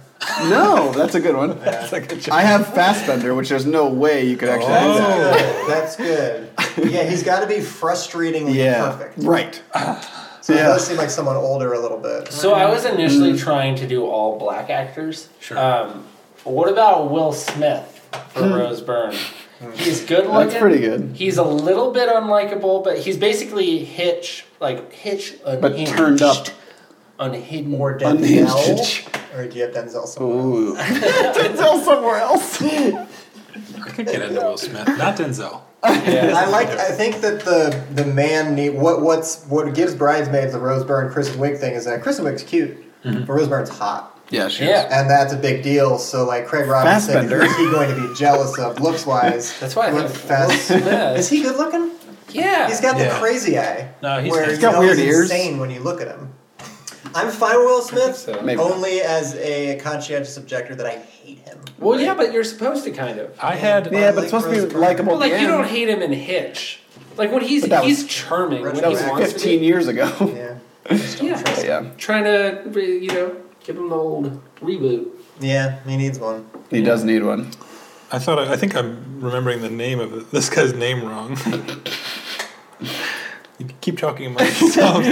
B: No, that's a good one. I have Fastbender, which there's no way you could actually do
C: Oh.
B: that.
C: That's good. That's good. Yeah, he's got to be frustratingly
B: Yeah.
C: perfect.
B: Right.
C: So he
B: Yeah.
C: does seem like someone older a little bit.
D: So I was initially trying to do all black actors.
E: Sure.
D: Um, what about Will Smith for Rose Byrne? He's good looking.
B: Hmm. That's pretty good.
D: He's a little bit unlikable, but he's basically Hitch, like Hitch
B: But
D: unhinged,
B: turned up.
D: unhidden.
C: Or
B: Unhinged.
C: Denzel. Or do you have Denzel somewhere?
B: Ooh. Denzel somewhere else.
E: I could get into Will Smith, not Denzel.
D: Yeah.
C: I like. I think that the the man need what what's what gives bridesmaids the Rose Byrne Kristen Wiig thing is that Kristen Wiig's cute, but Rose Byrne's hot,
B: Yeah, she
D: Yeah.
C: and that's a big deal. So like Craig Robinson,
B: Fassbender.
C: who's he going to be jealous of looks wise?
D: That's why I
C: With
D: think
C: Fass-
D: Will Smith-
C: is he good looking?
D: yeah.
C: He's got
E: Yeah.
C: the crazy eye.
E: No, he's-
C: where
E: he's
C: you
B: got
C: know
B: weird
C: he's
B: ears.
C: Insane when you look at him. I'm fine with Will Smith,
D: so.
B: Maybe.
C: only as a conscientious objector that I hate him.
D: well, yeah, but you're supposed to kind of.
E: I had.
B: Yeah, but it's supposed to be likable.
D: Well, like
B: at the
D: you don't
B: end.
D: hate him in Hitch. Like when he's
B: But that
D: he's
B: was-
D: charming when he
C: that was
D: wants
B: Fifteen
D: to
B: years ago.
C: Yeah,
D: be. Yeah.
B: But yeah,
D: Trying to re- you know give him the old reboot.
C: yeah, he needs one.
B: he does need one.
E: I thought. I, I think I'm remembering the name of it- this guy's name wrong. you keep talking about yourself.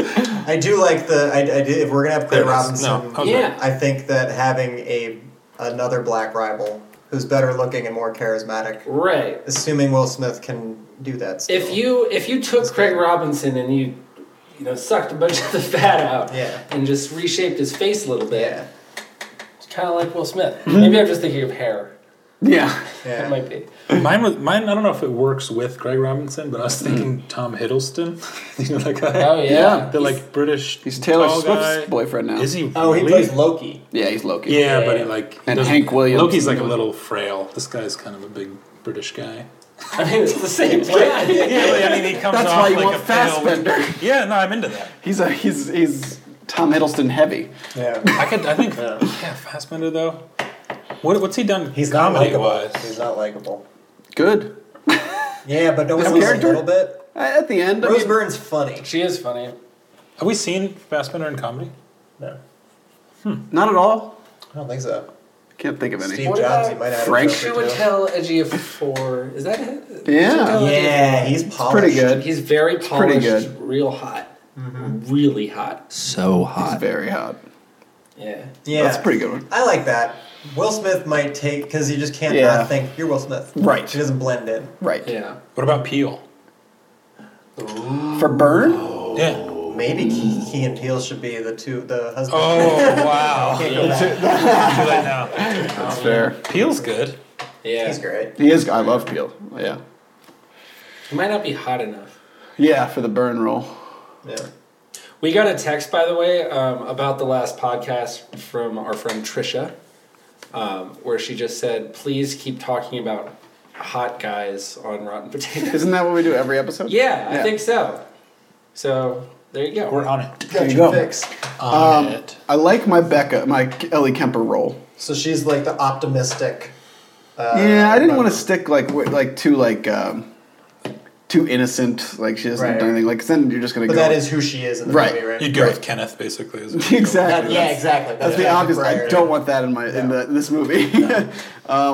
C: I do like the. I, I do, if we're gonna have Clay
E: There it is.
C: Robinson,
E: No, Oh. I was
D: Yeah.
E: right.
C: I think that having a another black rival who's better looking and more charismatic,
D: Right.
C: assuming Will Smith can do that. Still.
D: If you if you took Craig Robinson and you you know sucked a bunch of the fat out
C: Yeah.
D: and just reshaped his face a little bit,
C: yeah, Mm-hmm.
D: it's kind of like Will Smith. Maybe I'm just thinking of hair.
B: Yeah.
D: That
C: yeah,
D: might be.
E: Mine was mine. I don't know if it works with Greg Robinson, but I was thinking Tom Hiddleston. you know that guy.
D: Oh yeah.
B: Hmm. Yeah.
E: The like British.
B: He's Taylor
E: tall
B: Swift's
E: guy.
B: boyfriend now.
E: Is he?
C: oh, he
E: really?
C: plays Loki.
B: Yeah, he's Loki.
E: Yeah, but
D: Yeah.
E: he like he
B: And
E: doesn't-
B: Hank Williams.
E: Loki's like a little frail. This guy's kind of a big British guy.
D: I mean it's the same guy.
E: Yeah, but I mean he comes
B: That's
E: off
B: why you
E: like
B: want
E: a frail-
B: Fassbender.
E: Yeah, no, I'm into that.
B: He's a he's he's Tom Hiddleston heavy.
C: Yeah,
E: I could. I think. yeah, Fassbender though. What, what's he done?
C: he's not
E: comedy
C: likable.
E: wise.
C: He's not likable.
B: Good.
C: Yeah, but don't we
B: His
C: lose a
B: character?
C: little bit?
B: I- At the end, I
C: Rose
B: mean,
C: Byrne's funny.
D: She is funny.
E: Have we seen Fassbender in comedy?
C: No,
B: not at all.
C: I don't think so.
B: Can't think of any.
C: Steve
D: What
C: Jobs,
D: about
C: he might have
B: Frank?
C: a joke or two.
D: Chiwetel Ejiofor. Is that it?
B: Yeah.
D: Chiwetel
C: Yeah, he's
B: It's
C: polished.
B: pretty good.
D: He's very
B: pretty
D: polished,
B: good.
D: real hot,
C: Mm-hmm.
D: really hot, so
B: He's
D: hot.
B: very hot.
D: yeah,
C: Yeah,
B: That's a pretty good one.
C: I like that. Will Smith might take because you just can't
B: Yeah.
C: not think you're Will Smith.
B: Right.
C: He doesn't blend in.
B: Right.
D: yeah.
E: What about Peel?
B: For
E: Oh,
B: Burn?
E: Yeah.
C: Maybe Ke- Keegan Peele should be the two the husband.
E: Oh wow. Too late now.
B: That's fair.
E: Peel's good. Oh.
D: Yeah,
C: He's great.
B: He is. I love Peel. Yeah.
D: he might not be hot enough.
B: Yeah, for the Burn role.
C: Yeah.
D: We got a text, by the way, um, about the last podcast from our friend Trisha, um, where she just said, "Please keep talking about hot guys on Rotten Potatoes."
B: Isn't that what we do every episode?
D: yeah, I
B: Yeah.
D: think so. So there you go.
E: We're on it.
B: There
C: Got
B: you
C: your
B: go.
C: fix.
E: On it.
B: Um, I like my Becca, my Ellie Kemper role.
C: So she's like the optimistic. Uh,
B: yeah, I didn't
C: but-
B: want to stick like wi- like too like um, too innocent. Like she hasn't
C: Right,
B: done
C: right.
B: anything. Like 'cause then you're just gonna
C: But
B: go.
C: that is who she is in the
B: Right.
C: movie, right?
E: You'd go
B: Right.
E: with Kenneth basically. as a-
B: exactly.
C: yeah, exactly.
B: That's the
C: exactly
B: obvious. I
C: prior.
B: don't want that in my in the, this movie. um,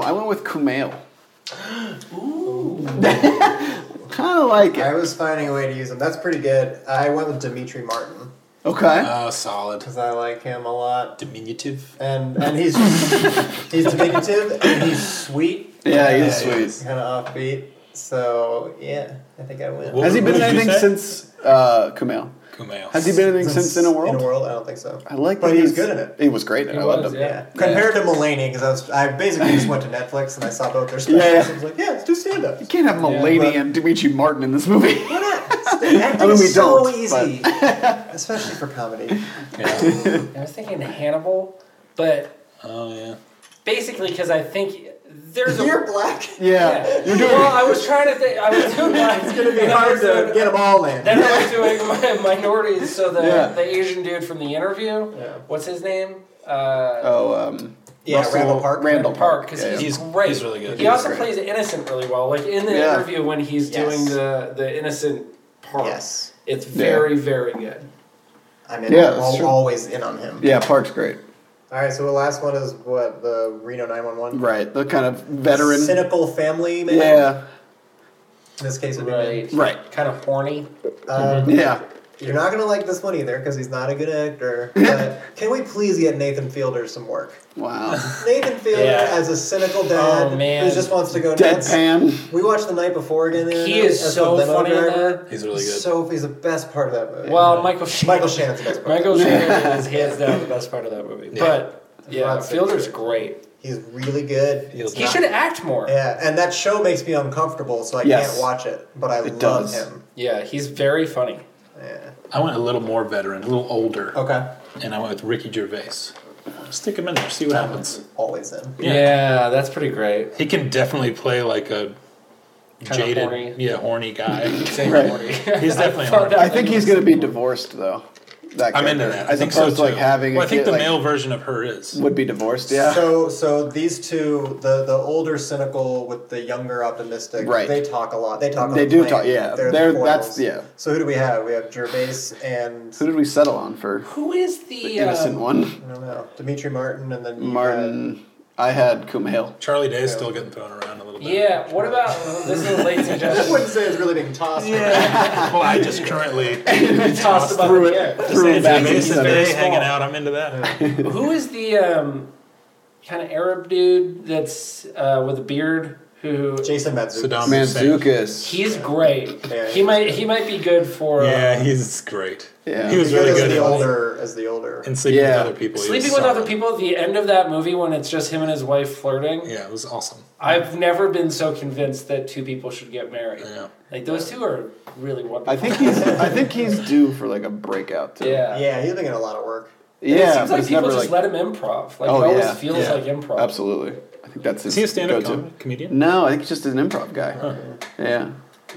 B: I went with Kumail. kind of like
C: I
B: it.
C: was finding a way to use him. That's pretty good. I went with Dimitri Martin
B: Okay.
E: Oh, solid.
C: because I like him a lot,
E: Diminutive.
C: and and he's he's diminutive and he's sweet.
B: Yeah, he's
E: yeah, yeah.
B: sweet.
C: Kind of offbeat. So yeah, I think I win.
E: Well,
B: Has he been
E: What
B: in
E: did you
B: anything
E: say?
B: since uh, Kumail?
E: Kumail.
B: Has he been in anything since In a World?
C: In a world, I don't think so.
B: I like.
C: But
B: that
C: he was
B: he's-
C: good in it.
B: He was great. In it.
D: He
B: I loved
D: was,
B: him.
D: yeah.
C: Yeah. Compared to Mulaney, because I was, I basically just went to Netflix and I saw both their specials.
B: Yeah.
C: I was like, yeah, let's do stand up.
B: You can't have Mulaney
C: but-
B: and Dimitri Martin in this movie.
C: Why not? Acting
B: I mean, we
C: is so
B: don't,
C: easy, especially for comedy.
E: Yeah.
D: I was thinking Hannibal, but
E: Oh yeah.
D: basically because I think there's a
C: You're black.
B: yeah.
D: You're doing well. I was trying to think. I was doing my. It's
C: It'd be hard to get them all in.
D: Then I was doing my minorities. So the
B: Yeah.
D: the Asian dude from the interview.
C: Yeah.
D: What's his name? Uh,
B: Oh, um,
C: Yeah, Randall Park.
B: Randall Park.
D: because
B: yeah, yeah.
D: he's,
E: He's-
D: great.
E: he's really good.
D: He also
B: He's great.
D: plays innocent really well. Like in the
B: Yeah.
D: interview when he's
C: Yes.
D: doing the the innocent part.
C: Yes.
D: It's
B: Yeah.
D: very very good.
C: I'm in.
B: Yeah, that's
C: Al-
B: true.
C: always in on him.
B: Yeah, Park's great.
C: All right, so the last one is what the Reno 911.
B: Right, the kind of veteran.
C: Cynical family. Man.
B: Yeah,
C: In this case, it would be me.
D: Right. Mm-hmm.
B: right.
D: Kind of horny.
C: Um,
B: Yeah,
C: You're not gonna like this one either because he's not a good actor. But can we please get Nathan Fielder some work?
B: wow.
C: Nathan Fielder
D: Yeah.
C: as a cynical dad
D: Oh, man.
C: who just wants to go nuts.
B: Deadpan.
C: We watched the night before again. The other
D: He
C: night
D: is
C: as
D: so
C: the limo
D: funny in
C: driver.
D: that.
E: He's really good.
C: So he's the best part of that movie.
D: Well, Michael Sheen.
C: Michael Shannon's the best part.
D: Michael Shannon is hands down the best part of that movie.
E: Yeah.
D: But yeah,
C: Lots of
D: Fielder's
C: good.
D: great.
C: He's really good.
E: He's
D: He
E: not-
D: should act more. Yeah.
C: Yeah, and that show makes me uncomfortable, so I
B: Yes.
C: can't watch it. But I love
B: does.
C: him.
D: he's very funny.
C: Yeah.
E: I went a little more veteran, a little older,
C: Okay.
E: and I went with Ricky Gervais. Stick him in there, see what happens.
C: Always in.
E: Yeah.
D: Yeah, that's pretty great.
E: He can definitely play like a jaded,
D: horny.
E: yeah, horny guy.
D: Same
B: Right.
D: Morty.
E: He's definitely.
D: found
E: horny.
D: out-
B: I think he's going to be divorced though. That
E: I'm into
B: character.
E: that. I
B: As
E: think so
B: opposed
E: too.
B: to like having.
E: well,
B: a
E: I think
B: kid,
E: the
B: like,
E: male version of her is.
B: would be divorced. Yeah.
C: So, so these two, the the older cynical with the younger optimistic,
B: Right.
C: they talk a lot. They talk. On
B: They
C: the
B: do
C: plane.
B: talk- yeah.
C: They're,
B: They're-
C: the
B: that's-
C: foils.
B: yeah.
C: So who do we have? We have Gervais and
B: Who did we settle on for
D: Who is the,
B: the innocent
D: um,
B: one?
C: I don't know Dimitri Martin, and then you
B: Martin. I had Kumail.
E: Charlie Day is still getting thrown around a little bit.
D: Yeah, what about this is a late
C: had- I
D: suggestion.
C: wouldn't say it's really being tossed.
E: well, I just currently
D: Tossed about
B: Threw
D: the
B: it.
D: air.
B: Threw it
E: Andrew
B: back.
E: Mason
B: into
E: Day
B: the-
E: hanging out. I'm into that.
D: Who is the um, kind of Arab dude that's uh, with a beard who
C: Jason Matsukas.
E: Saddam Hussein.
B: Manzukis.
D: he's great.
C: Yeah.
D: He might he might be good for uh,
E: Yeah, he's great.
B: Yeah.
E: He was
C: Good
E: really
C: as
E: good
C: the
E: at
C: older as the older.
E: and sleeping
B: Yeah.
E: with other people. he
D: Sleeping
E: was
D: with other
E: solid.
D: people at the end of that movie when it's just him and his wife flirting.
E: Yeah, it was awesome.
D: I've never been so convinced that two people should get married.
E: Yeah.
D: Like those two are really wonderful.
B: I think he's. I think he's due for like a breakout too.
D: yeah.
C: Yeah, he's been getting a lot of work.
D: And
B: Yeah.
D: it seems
B: but
D: like
B: it's
D: people
B: never
D: just
B: like
D: let him improv. Like
B: Oh,
D: it always
B: yeah.
D: feels
E: Yeah.
D: like improv.
B: absolutely. I think that's his
E: Is he a stand-up
B: go-to.
E: com- comedian?
B: No, I think he's just an improv guy. Yeah.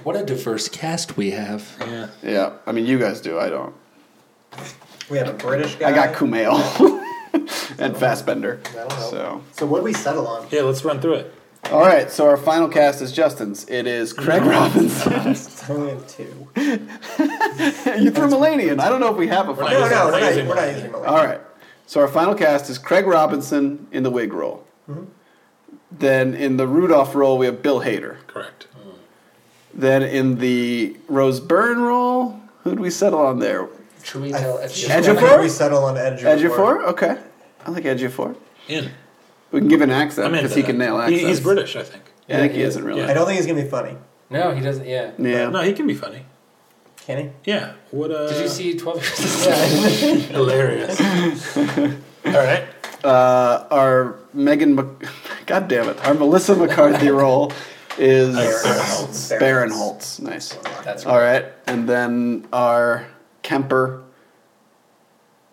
A: What a diverse cast we have.
E: Yeah.
B: Yeah. I mean, you guys do. I don't.
C: We have a British guy.
B: I got Kumail and Fassbender.
C: That'll help.
B: So,
C: So what do we settle on?
E: Yeah, let's run through it.
B: all right. So our final cast is Justin's. It is Craig Robinson.
C: It's only in two.
B: you threw Mulaney in. I don't know if we have a
E: not
C: No,
B: final.
E: using-
C: no, we're
E: we're not
C: not,
E: using
C: we're
E: Mulaney.
C: not using Mulaney.
B: All right. So our final cast is Craig Robinson in the wig role. Then in the Rudolph role, we have Bill Hader.
E: Correct.
B: Then in the Rose Byrne role, who'd we settle on there?
D: Should we tell Edge?
B: Edge
C: I
B: of-
D: of-
C: think
B: Edgefor?
C: we settle on Edge.
B: Edgefor? Okay. I like Edgefor.
E: In.
B: We can give an accent
E: I'm in.
B: because he can nail accents.
E: He, he's British, I think.
B: I think he isn't really.
C: I don't think he's gonna be funny.
D: No, he doesn't. Yeah.
B: Yeah.
E: No, he can be funny.
C: Can he?
E: Yeah. What? Uh,
D: Did you see Twelve Years a Slave?
E: Hilarious. All right.
B: Uh, our Megan, Mc- God damn it, our Melissa McCarthy role is
C: Barinholtz.
B: Baron Holtz. Nice.
D: That's
B: All right, and then our Kemper.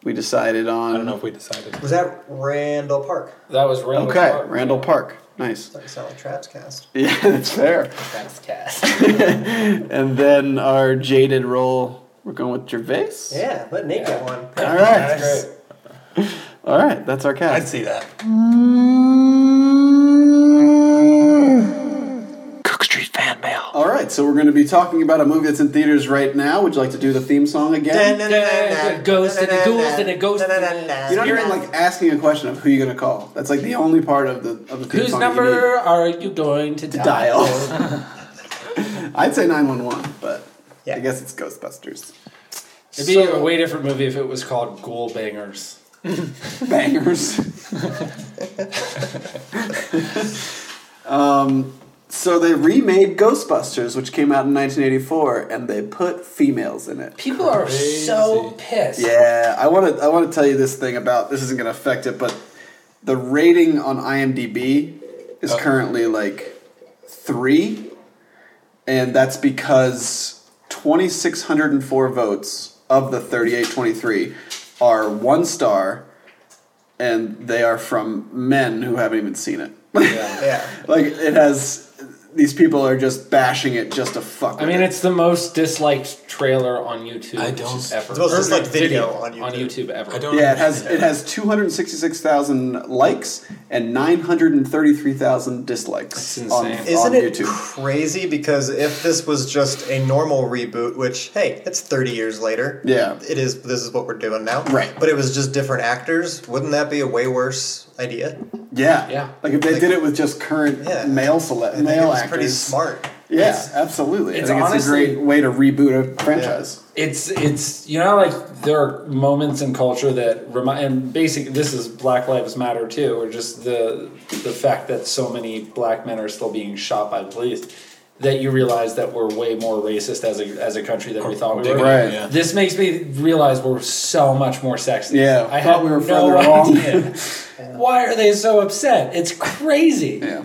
B: We decided on.
E: I don't know if we decided.
C: Was that Randall Park?
D: That was Randall.
B: Okay,
D: Park.
B: Randall Park. Nice.
C: That sound like Traps cast.
B: Yeah, that's fair.
D: That's cast.
B: And then our jaded role. We're going with Gervais.
C: Yeah, let Nate get one.
B: All right.
E: Nice.
B: All right. That's our
E: I'd
B: cast.
E: see that.
A: Cook Street fan mail.
B: All right. So we're going to be talking about a movie that's in theaters right now. Would you like to do the theme song again?
C: uh,
D: It goes to the ghouls and it goes to the-
B: You know, you're like asking a question of who you're gonna call. That's like the only part of the of the theme
D: Whose
B: song that you
D: number are you going to
B: need.
D: dial?
B: dial. I'd say nine one one, but
C: Yeah.
B: I guess it's Ghostbusters.
D: It'd be
B: So-
D: a way different movie if it was called Ghoul Bangers.
B: bangers. um, so they remade Ghostbusters, which came out in 1984, and they put females in it.
D: People are so pissed.
B: Yeah, I want to. I want to tell you this thing about this isn't going to affect it, but the rating on IMDb is
D: Uh-huh.
B: currently like three, and that's because 2,604 votes of the 3,823 are one star, and they are from men who haven't even seen it.
C: Yeah.
B: like it has. These people are just bashing it just to fuck.
D: I
B: with
D: mean,
B: it.
D: it's the most disliked trailer on YouTube.
E: I don't-
D: ever.
C: Well, it's just
D: Or
C: like video on
D: on
C: YouTube.
D: YouTube ever.
E: I don't.
B: Yeah, it has
E: understand
B: it has two hundred sixty six thousand likes and nine hundred and thirty three thousand dislikes
D: That's
B: on,
D: insane.
B: on
C: Isn't it
B: YouTube.
C: crazy? Because if this was just a normal reboot, which hey, it's thirty years later.
B: Yeah.
C: It is this is what we're doing now.
B: Right.
C: But it was just different actors, wouldn't that be a way worse idea?
B: Yeah,
D: Yeah.
B: Like if they did it with just current
C: Yeah.
B: male cele-
C: I think
B: male
C: it was
B: actors,
C: pretty smart.
B: Yeah,
D: It's-
B: absolutely.
D: it's
B: I think
D: honestly-
B: it's a great way to reboot a franchise.
D: It's it's you know like there are moments in culture that remind and basically this is Black Lives Matter too, or just the the fact that so many black men are still being shot by police that you realize that we're way more racist as a as a country than we thought we were.
B: Right.
E: Yeah.
D: This makes me realize we're so much more sexist.
B: Yeah,
D: I
B: thought
D: had
B: we were
D: no
B: further along.
D: idea. Why are they so upset? It's crazy.
B: Yeah.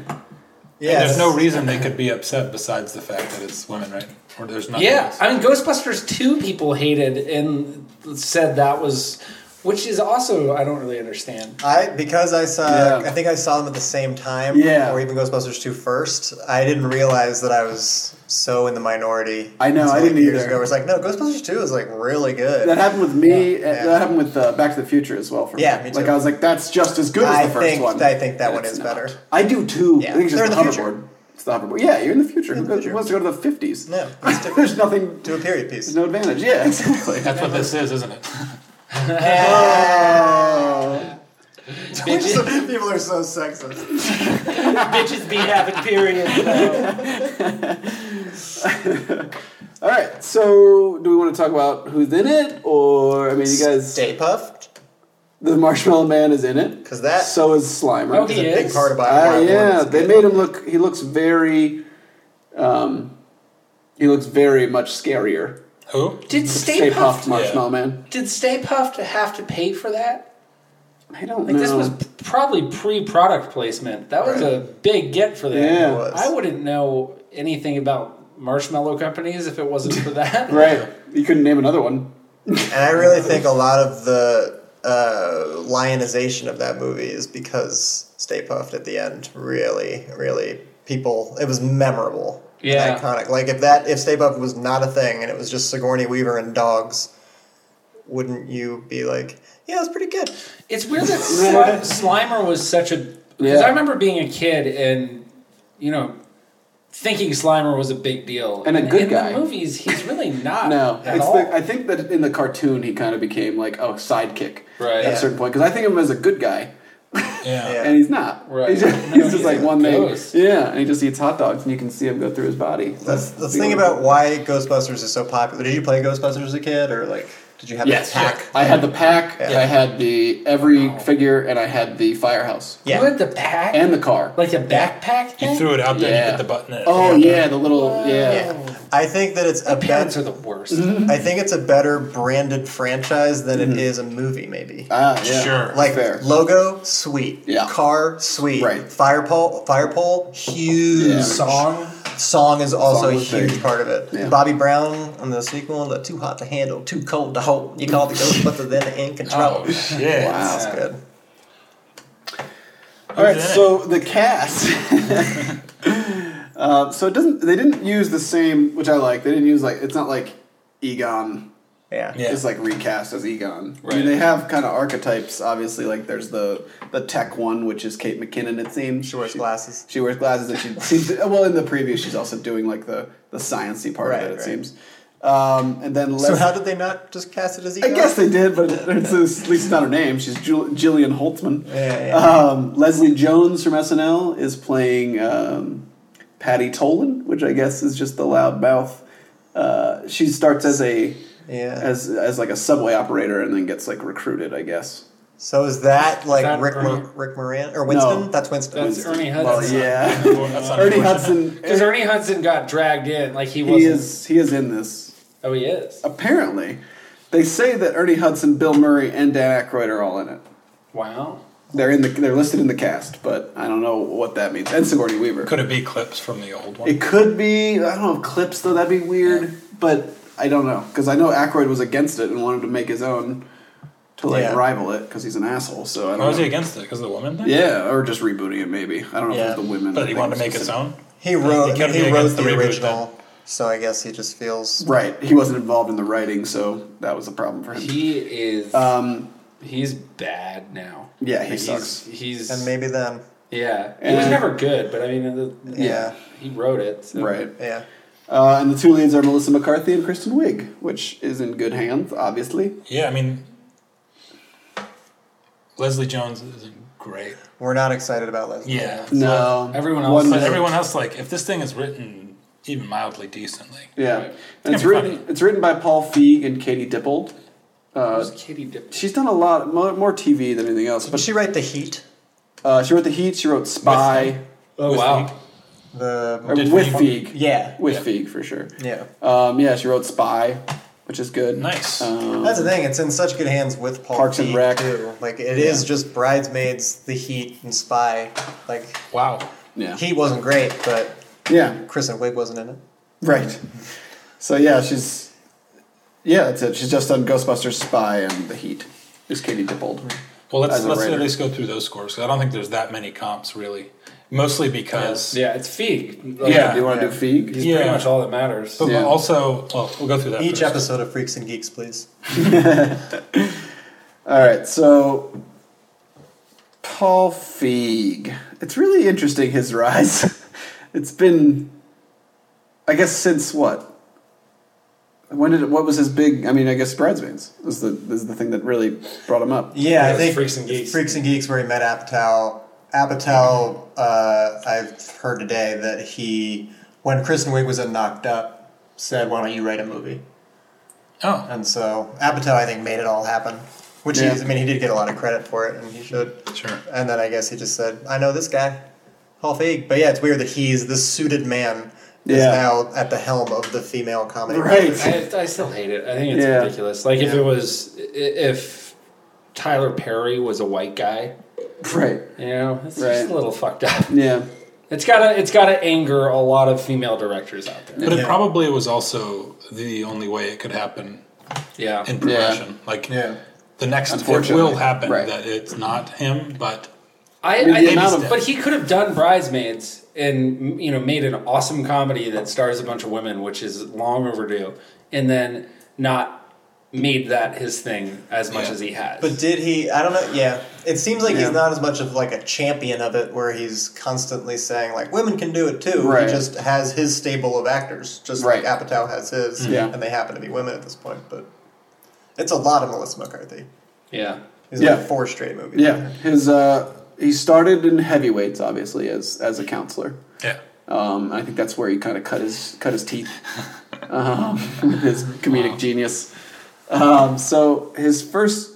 C: Yeah.
E: There's no reason they could be upset besides the fact that it's women, right? Or there's nothing
D: Yeah,
E: else.
D: I mean, Ghostbusters 2 people hated and said that was, which is also, I don't really understand.
C: I because I saw
B: Yeah.
C: I think I saw them at the same time
B: Yeah.
C: or even Ghostbusters 2 first. I didn't realize that I was so in the minority.
B: I know,
C: until,
B: I
C: like,
B: didn't
C: years
B: either.
C: Ago. It was like no, Ghostbusters 2 is like really good.
B: That happened with me.
C: Yeah.
B: That happened with uh, Back to the Future as well. For
C: Yeah,
B: me.
C: me too.
B: like I was like, that's just as good as
C: I
B: the first
C: think
B: one.
C: I think that
B: But
C: one
B: it's
C: is
B: not.
C: better.
B: I do too.
C: Yeah.
B: I think it's
C: They're
B: just the,
C: in the future.
B: hoverboard. It's the hoverboard. Yeah, you're in the future. Who
C: the
B: goes- who
C: future.
B: wants to go to the fifties?
C: No, it's different.
B: There's nothing.
C: to a period piece.
B: There's no advantage. Yeah, exactly.
E: That's what this is, isn't it?
C: people are so sexist.
D: Bitches be having periods.
B: All right. So, do we want to talk about who's in it, or I mean, you guys,
C: Stay puffed
B: the Marshmallow Man is in it.
C: 'Cause that-
B: So is Slimer.
D: Oh, he
C: is a big
D: is?
C: part about
B: Uh,
C: why
B: yeah,
C: Warren's
B: they
C: good.
B: made him look. He looks very. Um, he looks very much scarier.
E: Who?
D: Did Stay, Puffed,
B: puffed Marshmallow Man.
D: did Stay Puffed have to pay for that?
B: I don't
D: Like
B: know.
D: this was probably pre-product placement. That was a big get for them.
B: Yeah. It
C: was.
D: I wouldn't know anything about marshmallow companies if it wasn't for that.
B: right. You couldn't name another one.
C: And I really think a lot of the uh, lionization of that movie is because Stay Puffed at the end really, really people. It was memorable, and
D: Yeah.
C: iconic. Like if that if Stay Puffed was not a thing and it was just Sigourney Weaver and dogs, wouldn't you be like, yeah, it's pretty good?
D: It's weird that Sli- Slimer was such a. Because
B: Yeah.
D: I remember being a kid and, you know, thinking Slimer was a big deal.
B: And a good
D: in
B: guy.
D: The movies, he's really not.
B: No,
D: at
B: it's
D: all.
B: the, I think that in the cartoon he kind of became like a sidekick
D: Right.
B: at
D: Yeah.
B: a certain point because I think of him as a good guy.
E: Yeah.
C: Yeah.
B: and he's not.
D: Right.
B: He's just,
D: No,
B: he's just
D: he's
B: like
D: a
B: one thing.
D: ghost.
B: Yeah, and he just eats hot dogs, and you can see him go through his body.
C: Let's let's think about why Ghostbusters is so popular. Did you play Ghostbusters as a kid, or like did you have
B: Yes,
C: the pack?
B: I had the pack.
C: Yeah.
B: I had the every
E: Oh.
B: figure, and I had the firehouse
C: Yeah.
D: You had the pack?
B: and the car.
D: like the backpack
E: You
D: thing?
E: threw it out there and
B: Yeah.
E: hit the button. And it
B: Oh
E: happened.
B: yeah, the little yeah.
C: Yeah. I think that it's a
D: Parents
C: better.
D: are the worst.
C: I think it's a better branded franchise than
D: Mm-hmm.
C: it is a movie, maybe.
B: Ah, yeah.
E: Sure.
C: Like
B: fair.
C: logo, sweet.
B: Yeah.
C: Car, sweet.
B: Right.
C: Fire pole, fire pole, huge.
B: Yeah.
D: Song?
C: Song is also
B: Song
C: a
B: was
C: huge
B: big.
C: part of it.
B: Yeah.
C: Bobby Brown on the sequel, the too hot to handle, too cold to hold. You call the Ghostbusters then the in control.
E: Oh shit.
C: That's
B: Wow.
C: good.
B: All right,
E: in it?
B: so the cast. uh, so it doesn't. They didn't use the same, which I like. They didn't use like it's not like Egon.
C: Yeah.
E: Yeah.
B: It's like recast as Egon. I mean,
D: Right.
B: they have kind of archetypes. Obviously, like there's the the tech one, which is Kate McKinnon. It seems
C: She wears glasses.
B: She wears glasses, and she seems to, well in the preview. She's also doing like the the sciency part
C: Right,
B: of it. It
C: right.
B: seems. Um, and then
C: So
B: Les-
C: how did they not just cast it as Ego?
B: I guess they did, but it's, it's, at least it's not her name. She's Jul- Jillian Holtzman.
C: Yeah, yeah.
B: Um, Leslie Jones from SNL is playing um, Patty Tolan, which I guess is just the loud mouth. Uh, she starts as a
C: Yeah.
B: as as like a subway operator and then gets like recruited, I guess.
C: So is that like
D: that
C: Rick
D: Ernie?
C: Mo- Rick Moran or Winston?
B: No.
C: That's Winston.
D: That's
C: Winston.
D: Ernie
B: Well,
D: Hudson.
B: yeah,
E: That's
B: Ernie
E: unfortunate.
B: Hudson.
D: Because Ernie Hudson got dragged in. Like he was.
B: He is he is in this.
D: Oh, he is.
B: Apparently, they say that Ernie Hudson, Bill Murray, and Dan Aykroyd are all in it.
D: Wow.
B: They're in the they're listed in the cast, but I don't know what that means. And Sigourney Weaver.
E: Could it be clips from the old one?
B: It could be. I don't know clips though. That'd be weird. But I don't know because I know Aykroyd was against it and wanted to make his own to like
C: Yeah.
B: rival it because he's an asshole. So I
E: Why
B: don't.
E: was Oh, he
B: Know.
E: against it? Because of the woman? Thing?
B: Yeah, or just rebooting it maybe. I don't know
C: Yeah.
B: if it was the women.
E: But he
B: thing
E: wanted to make his
B: specific-
E: own.
C: He wrote.
E: He kept
C: He,
E: it
C: wrote
E: against
C: the,
E: the reboot,
C: original, so I guess he just feels.
B: Right, he wasn't involved in the writing, so that was a problem for him.
D: He is.
B: um,
D: he's bad now.
B: Yeah, he
D: Like,
B: sucks.
D: He's.
C: And
D: he's
C: maybe then,
D: yeah. He
B: And-
D: was never good, but I mean, the,
C: yeah,
D: he wrote it. so-
B: right.
C: yeah.
B: Uh, and the two leads are Melissa McCarthy and Kristen Wiig, which is in good hands, obviously.
E: Yeah, I mean, Leslie Jones isn't great.
C: We're not excited about Leslie.
E: Yeah.
B: No,
D: everyone else-
B: One
E: But
B: minute.
E: everyone else, like, if this thing is written even mildly decently,
B: Yeah,
D: Right.
B: and it's
E: Kinda
B: written.
E: funny.
B: It's written by Paul Feig and Katie Dippold. Uh,
D: Who's Katie Dip-
B: she's done a lot more, more TV than anything else.
C: Did
B: But she,
C: she write the Heat?
B: uh, she wrote The Heat. She wrote Spy
D: Oh,
E: With
D: wow.
E: Feig.
B: or
C: The
E: Did
B: with
E: Feig-
B: Feig.
C: yeah,
B: with Feig for sure.
C: yeah.
B: Um, yeah, she wrote Spy, which is good.
E: nice.
B: Um,
C: That's the thing. It's in such good hands with Paul
B: Parks and
C: Feig,
B: Rec.
C: too. Like it is just Bridesmaids, The Heat, and Spy. Like
E: wow.
B: yeah.
C: Heat wasn't great, but
B: Yeah.
C: Chris and Wig wasn't in it.
B: Right. So yeah, she's yeah, that's it. She's just done Ghostbusters, Spy, and The Heat. Is Katie Dippold?
E: Well, let's
B: As a
E: let's
B: writer.
E: at least go through those scores. 'cause I don't think there's that many comps really. Mostly because
D: Yeah, it's Feig. Like,
E: Yeah.
B: Do you want to
C: Yeah.
B: do Feig?
D: He's
E: Yeah.
D: pretty much all that matters.
E: But
B: Yeah.
E: also, well, we'll go through that.
C: Each
E: first.
C: episode of Freaks and Geeks, please.
B: All right, so Paul Feig. It's really interesting his rise. it's been, I guess, since what? When did what was his big? I mean, I guess bridesmaids was the is the thing that really brought him up.
C: Yeah,
D: Yeah,
C: I
D: it's
C: think
D: Freaks and Geeks.
C: Freaks and Geeks where he met Apatow. Apatow, uh, I've heard today that he, when Kristen Wiig was in Knocked Up, said, "Why don't you write a movie?"
E: Oh,
C: And so Apatow, I think, made it all happen. Which
B: Yeah.
C: he, I mean, he did get a lot of credit for it, and he should.
E: sure.
C: And then I guess he just said, "I know this guy, Paul Feig." But yeah, it's weird that he's this suited man is
B: Yeah.
C: now at the helm of the female comedy.
D: I, I still hate it. I think it's
B: Yeah.
D: ridiculous. Like if it was, i- if Tyler Perry was a white guy,
B: right,
D: you know, it's
B: Right.
D: just a little fucked up.
B: yeah,
D: It's gotta, it's gotta anger a lot of female directors out there.
E: But it
C: Yeah.
E: probably was also the only way it could happen
D: Yeah,
E: in progression. Like
C: Yeah.
E: the next, it
B: Unfortunately.
E: will happen
B: Right.
E: that it's not him, but
D: I,
B: mean, the
D: I,
B: amount of-
D: but he could have done bridesmaids and you know made an awesome comedy that stars a bunch of women, which is long overdue, and then not made that his thing as much
E: Yeah.
D: as he has.
C: But did he? I don't know. Yeah, it seems like
B: Yeah.
C: he's not as much of like a champion of it, where he's constantly saying like women can do it too.
B: Right.
C: He just has his stable of actors, just
B: Right. Mm-hmm.
C: like Apatow has his,
B: Yeah.
C: and they happen to be women at this point. But it's a lot of Melissa McCarthy.
D: yeah,
C: He's
B: Yeah.
C: like four straight movies.
B: yeah. His uh, he started in heavyweights, obviously, as as a counselor.
E: Yeah.
B: Um, I think that's where he kind of cut his cut his teeth um, with his comedic genius. Um, so his first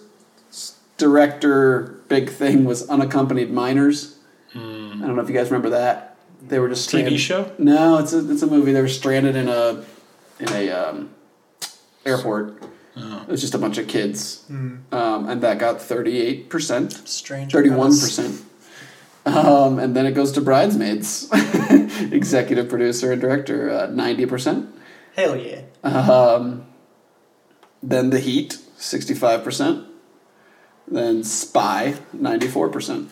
B: s- director big thing was unaccompanied minors. I don't know if you guys remember that. They were just
E: TV
B: stranded.
E: show?
B: No, it's a it's a movie. They were stranded in a in a um, airport.
D: Uh-huh.
B: It was just a bunch of kids, um, and that got thirty eight percent.
C: Strange.
B: Thirty-one percent. Um, and then it goes to Bridesmaids, executive producer and director, uh, ninety percent.
C: Hell yeah.
B: Um, then The Heat, sixty-five percent. Then Spy, ninety-four percent.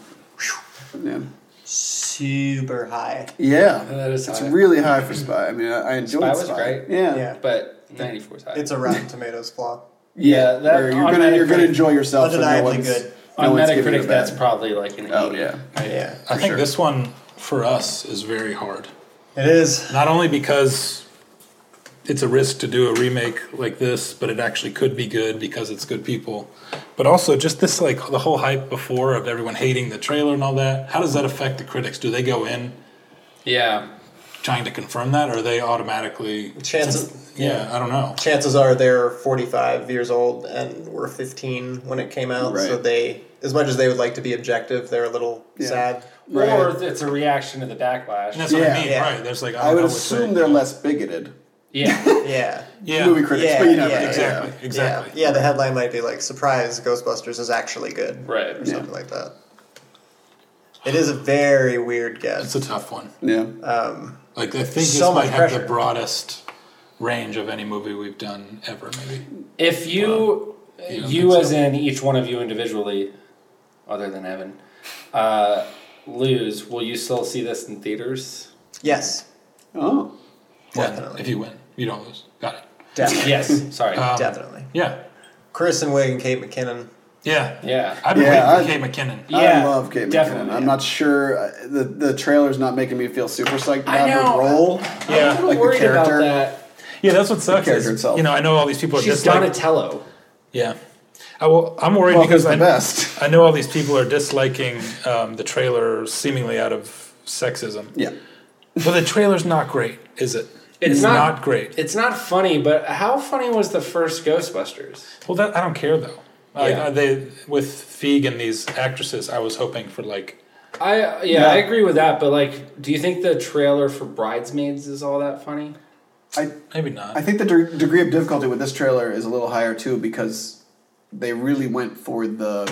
B: Yeah,
C: Super high.
B: yeah,
D: That is
B: it's
D: high.
B: really high for Spy. I mean, I, I enjoyed Spy.
D: Spy was great.
B: Yeah,
C: Yeah.
D: But 94 is high.
C: It's a Rotten Tomatoes flaw.
D: yeah, that,
B: Where you're
D: on
B: gonna you're gonna
D: Metacritic-
B: enjoy yourself. and no
C: Undeniably
B: one's,
C: good.
B: no
D: on
B: one's giving it a
D: Metacritic,
B: bad-
D: that's probably like an 80.
B: oh yeah.
C: Yeah.
E: I think this one for us is very hard.
C: It is.
E: Not only because it's a risk to do a remake like this, but it actually could be good because it's good people. But also just this like the whole hype before of everyone hating the trailer and all that. How does that affect the critics? Do they go in
D: Yeah.
E: trying to confirm that or are they automatically
C: Chances-
E: Yeah, I don't know.
C: Chances are they're 45 years old and were 15 when it came out. So
B: Right.
C: they, as much as they would like to be objective, they're a little sad.
B: Right.
D: Or it's a reaction to the backlash.
E: And that's what
B: Yeah.
E: I mean,
C: Yeah.
E: right? There's like I,
B: I
E: don't
B: would
E: know what
B: assume
E: to-
B: they're less bigoted
D: Yeah.
C: Yeah.
E: yeah.
B: movie critics,
C: Yeah,
B: but you never
C: yeah,
B: know.
E: Exactly, exactly.
C: Yeah. Yeah. The headline might be like, "Surprise! Ghostbusters is actually good."
D: right.
C: Or something like that. It is a very weird guess. Um,
E: It's a tough one.
B: Yeah.
E: Like I think
C: So
E: this might
C: much
E: have
C: pressure.
E: the broadest range of any movie we've done ever, maybe.
D: If you, uh,
E: You don't
D: you
E: think
D: as
E: so?
D: in each one of you individually, other than Evan, uh, lose, will you still see this in theaters?
C: yes.
B: Oh.
E: Win.
C: Definitely.
E: If you win, you don't lose. Got it.
C: Definitely.
D: Yes. Sorry.
C: Uh,
E: Um,
C: Definitely.
E: Yeah.
C: Kristen Wiig and Kate McKinnon.
E: Yeah.
D: yeah.
E: I've been
B: Yeah,
E: waiting for Kate McKinnon.
D: yeah.
B: I love Kate McKinnon.
D: definitely.
B: I'm not sure uh, the the trailer's not making me feel super psyched
D: I
B: about
D: know.
B: her role.
D: I'm a little
E: Yeah.
B: like the
D: worried about
B: character.
D: that.
E: Yeah, that's what sucks.
B: character
E: is,
B: itself.
E: You know, I know all these people are
D: She's
E: disliking.
D: Donatello.
E: Yeah. I will, I'm worried
B: Well,
E: because
B: who's the
E: I,
B: best?
E: I know all these people are disliking um, the trailer seemingly out of sexism.
B: Yeah.
E: But the trailer's not great, is it?
D: It's
E: not,
D: not-
E: great.
D: It's not funny, but how funny was the first Ghostbusters?
E: Well, that I don't care though. Like,
D: Yeah.
E: uh, they with Feig and these actresses, I was hoping for like
D: I yeah, I agree with that, but like, do you think the trailer for Bridesmaids is all that funny?
B: I
E: maybe not.
B: I think the de- degree of difficulty with this trailer is a little higher too because they really went for the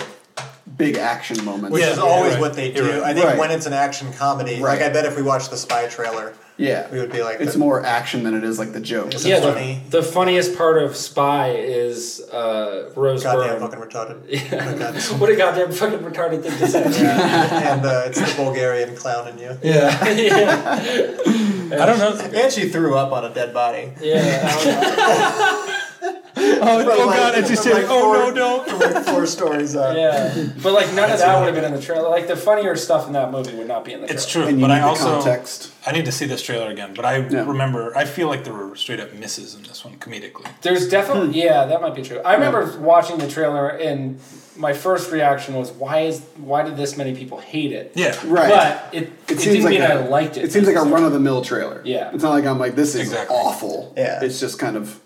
B: big action moments.
C: Which
E: Yeah,
C: is always
E: right.
C: what they
E: You're
C: do.
E: right.
C: I think
B: Right.
C: when it's an action comedy,
B: Right.
C: like I bet if we watched the Spy trailer,
B: yeah.
C: we would be like,
B: it's more action than it is like the jokes.
C: It's
D: yeah,
C: funny.
D: The, the funniest part of Spy is uh, Rose
C: goddamn
D: Byrne.
C: fucking retarded. Oh my God.
D: What a goddamn fucking retarded thing to say.
C: and uh, it's the Bulgarian clown in you.
E: Yeah. I don't know.
C: And she threw up on a dead body.
D: yeah,
E: Oh,
C: From, like- from, like,
A: "Oh,
C: oh. four-
E: no,
C: from, like, four stories up.
D: yeah. But like none of that would have been in the trailer. Like the funnier stuff in that movie would not be in the trailer.
E: It's true,
B: And you
E: but
B: need
E: I
B: the
E: also
B: context.
E: I need to see this trailer again. But I
B: Yeah.
E: remember I feel like there were straight up misses in this one comedically.
D: There's
B: Hmm.
D: definitely yeah, that might be true. I remember watching the trailer and my first reaction was why is why did this many people hate it?
E: Yeah,
B: Right.
D: But it, it, didn't mean I
B: a-
D: liked it.
B: It seems like a run of the mill trailer.
D: Yeah.
B: It's not like I'm like this is
E: Exactly.
B: awful.
C: Yeah.
B: It's just kind of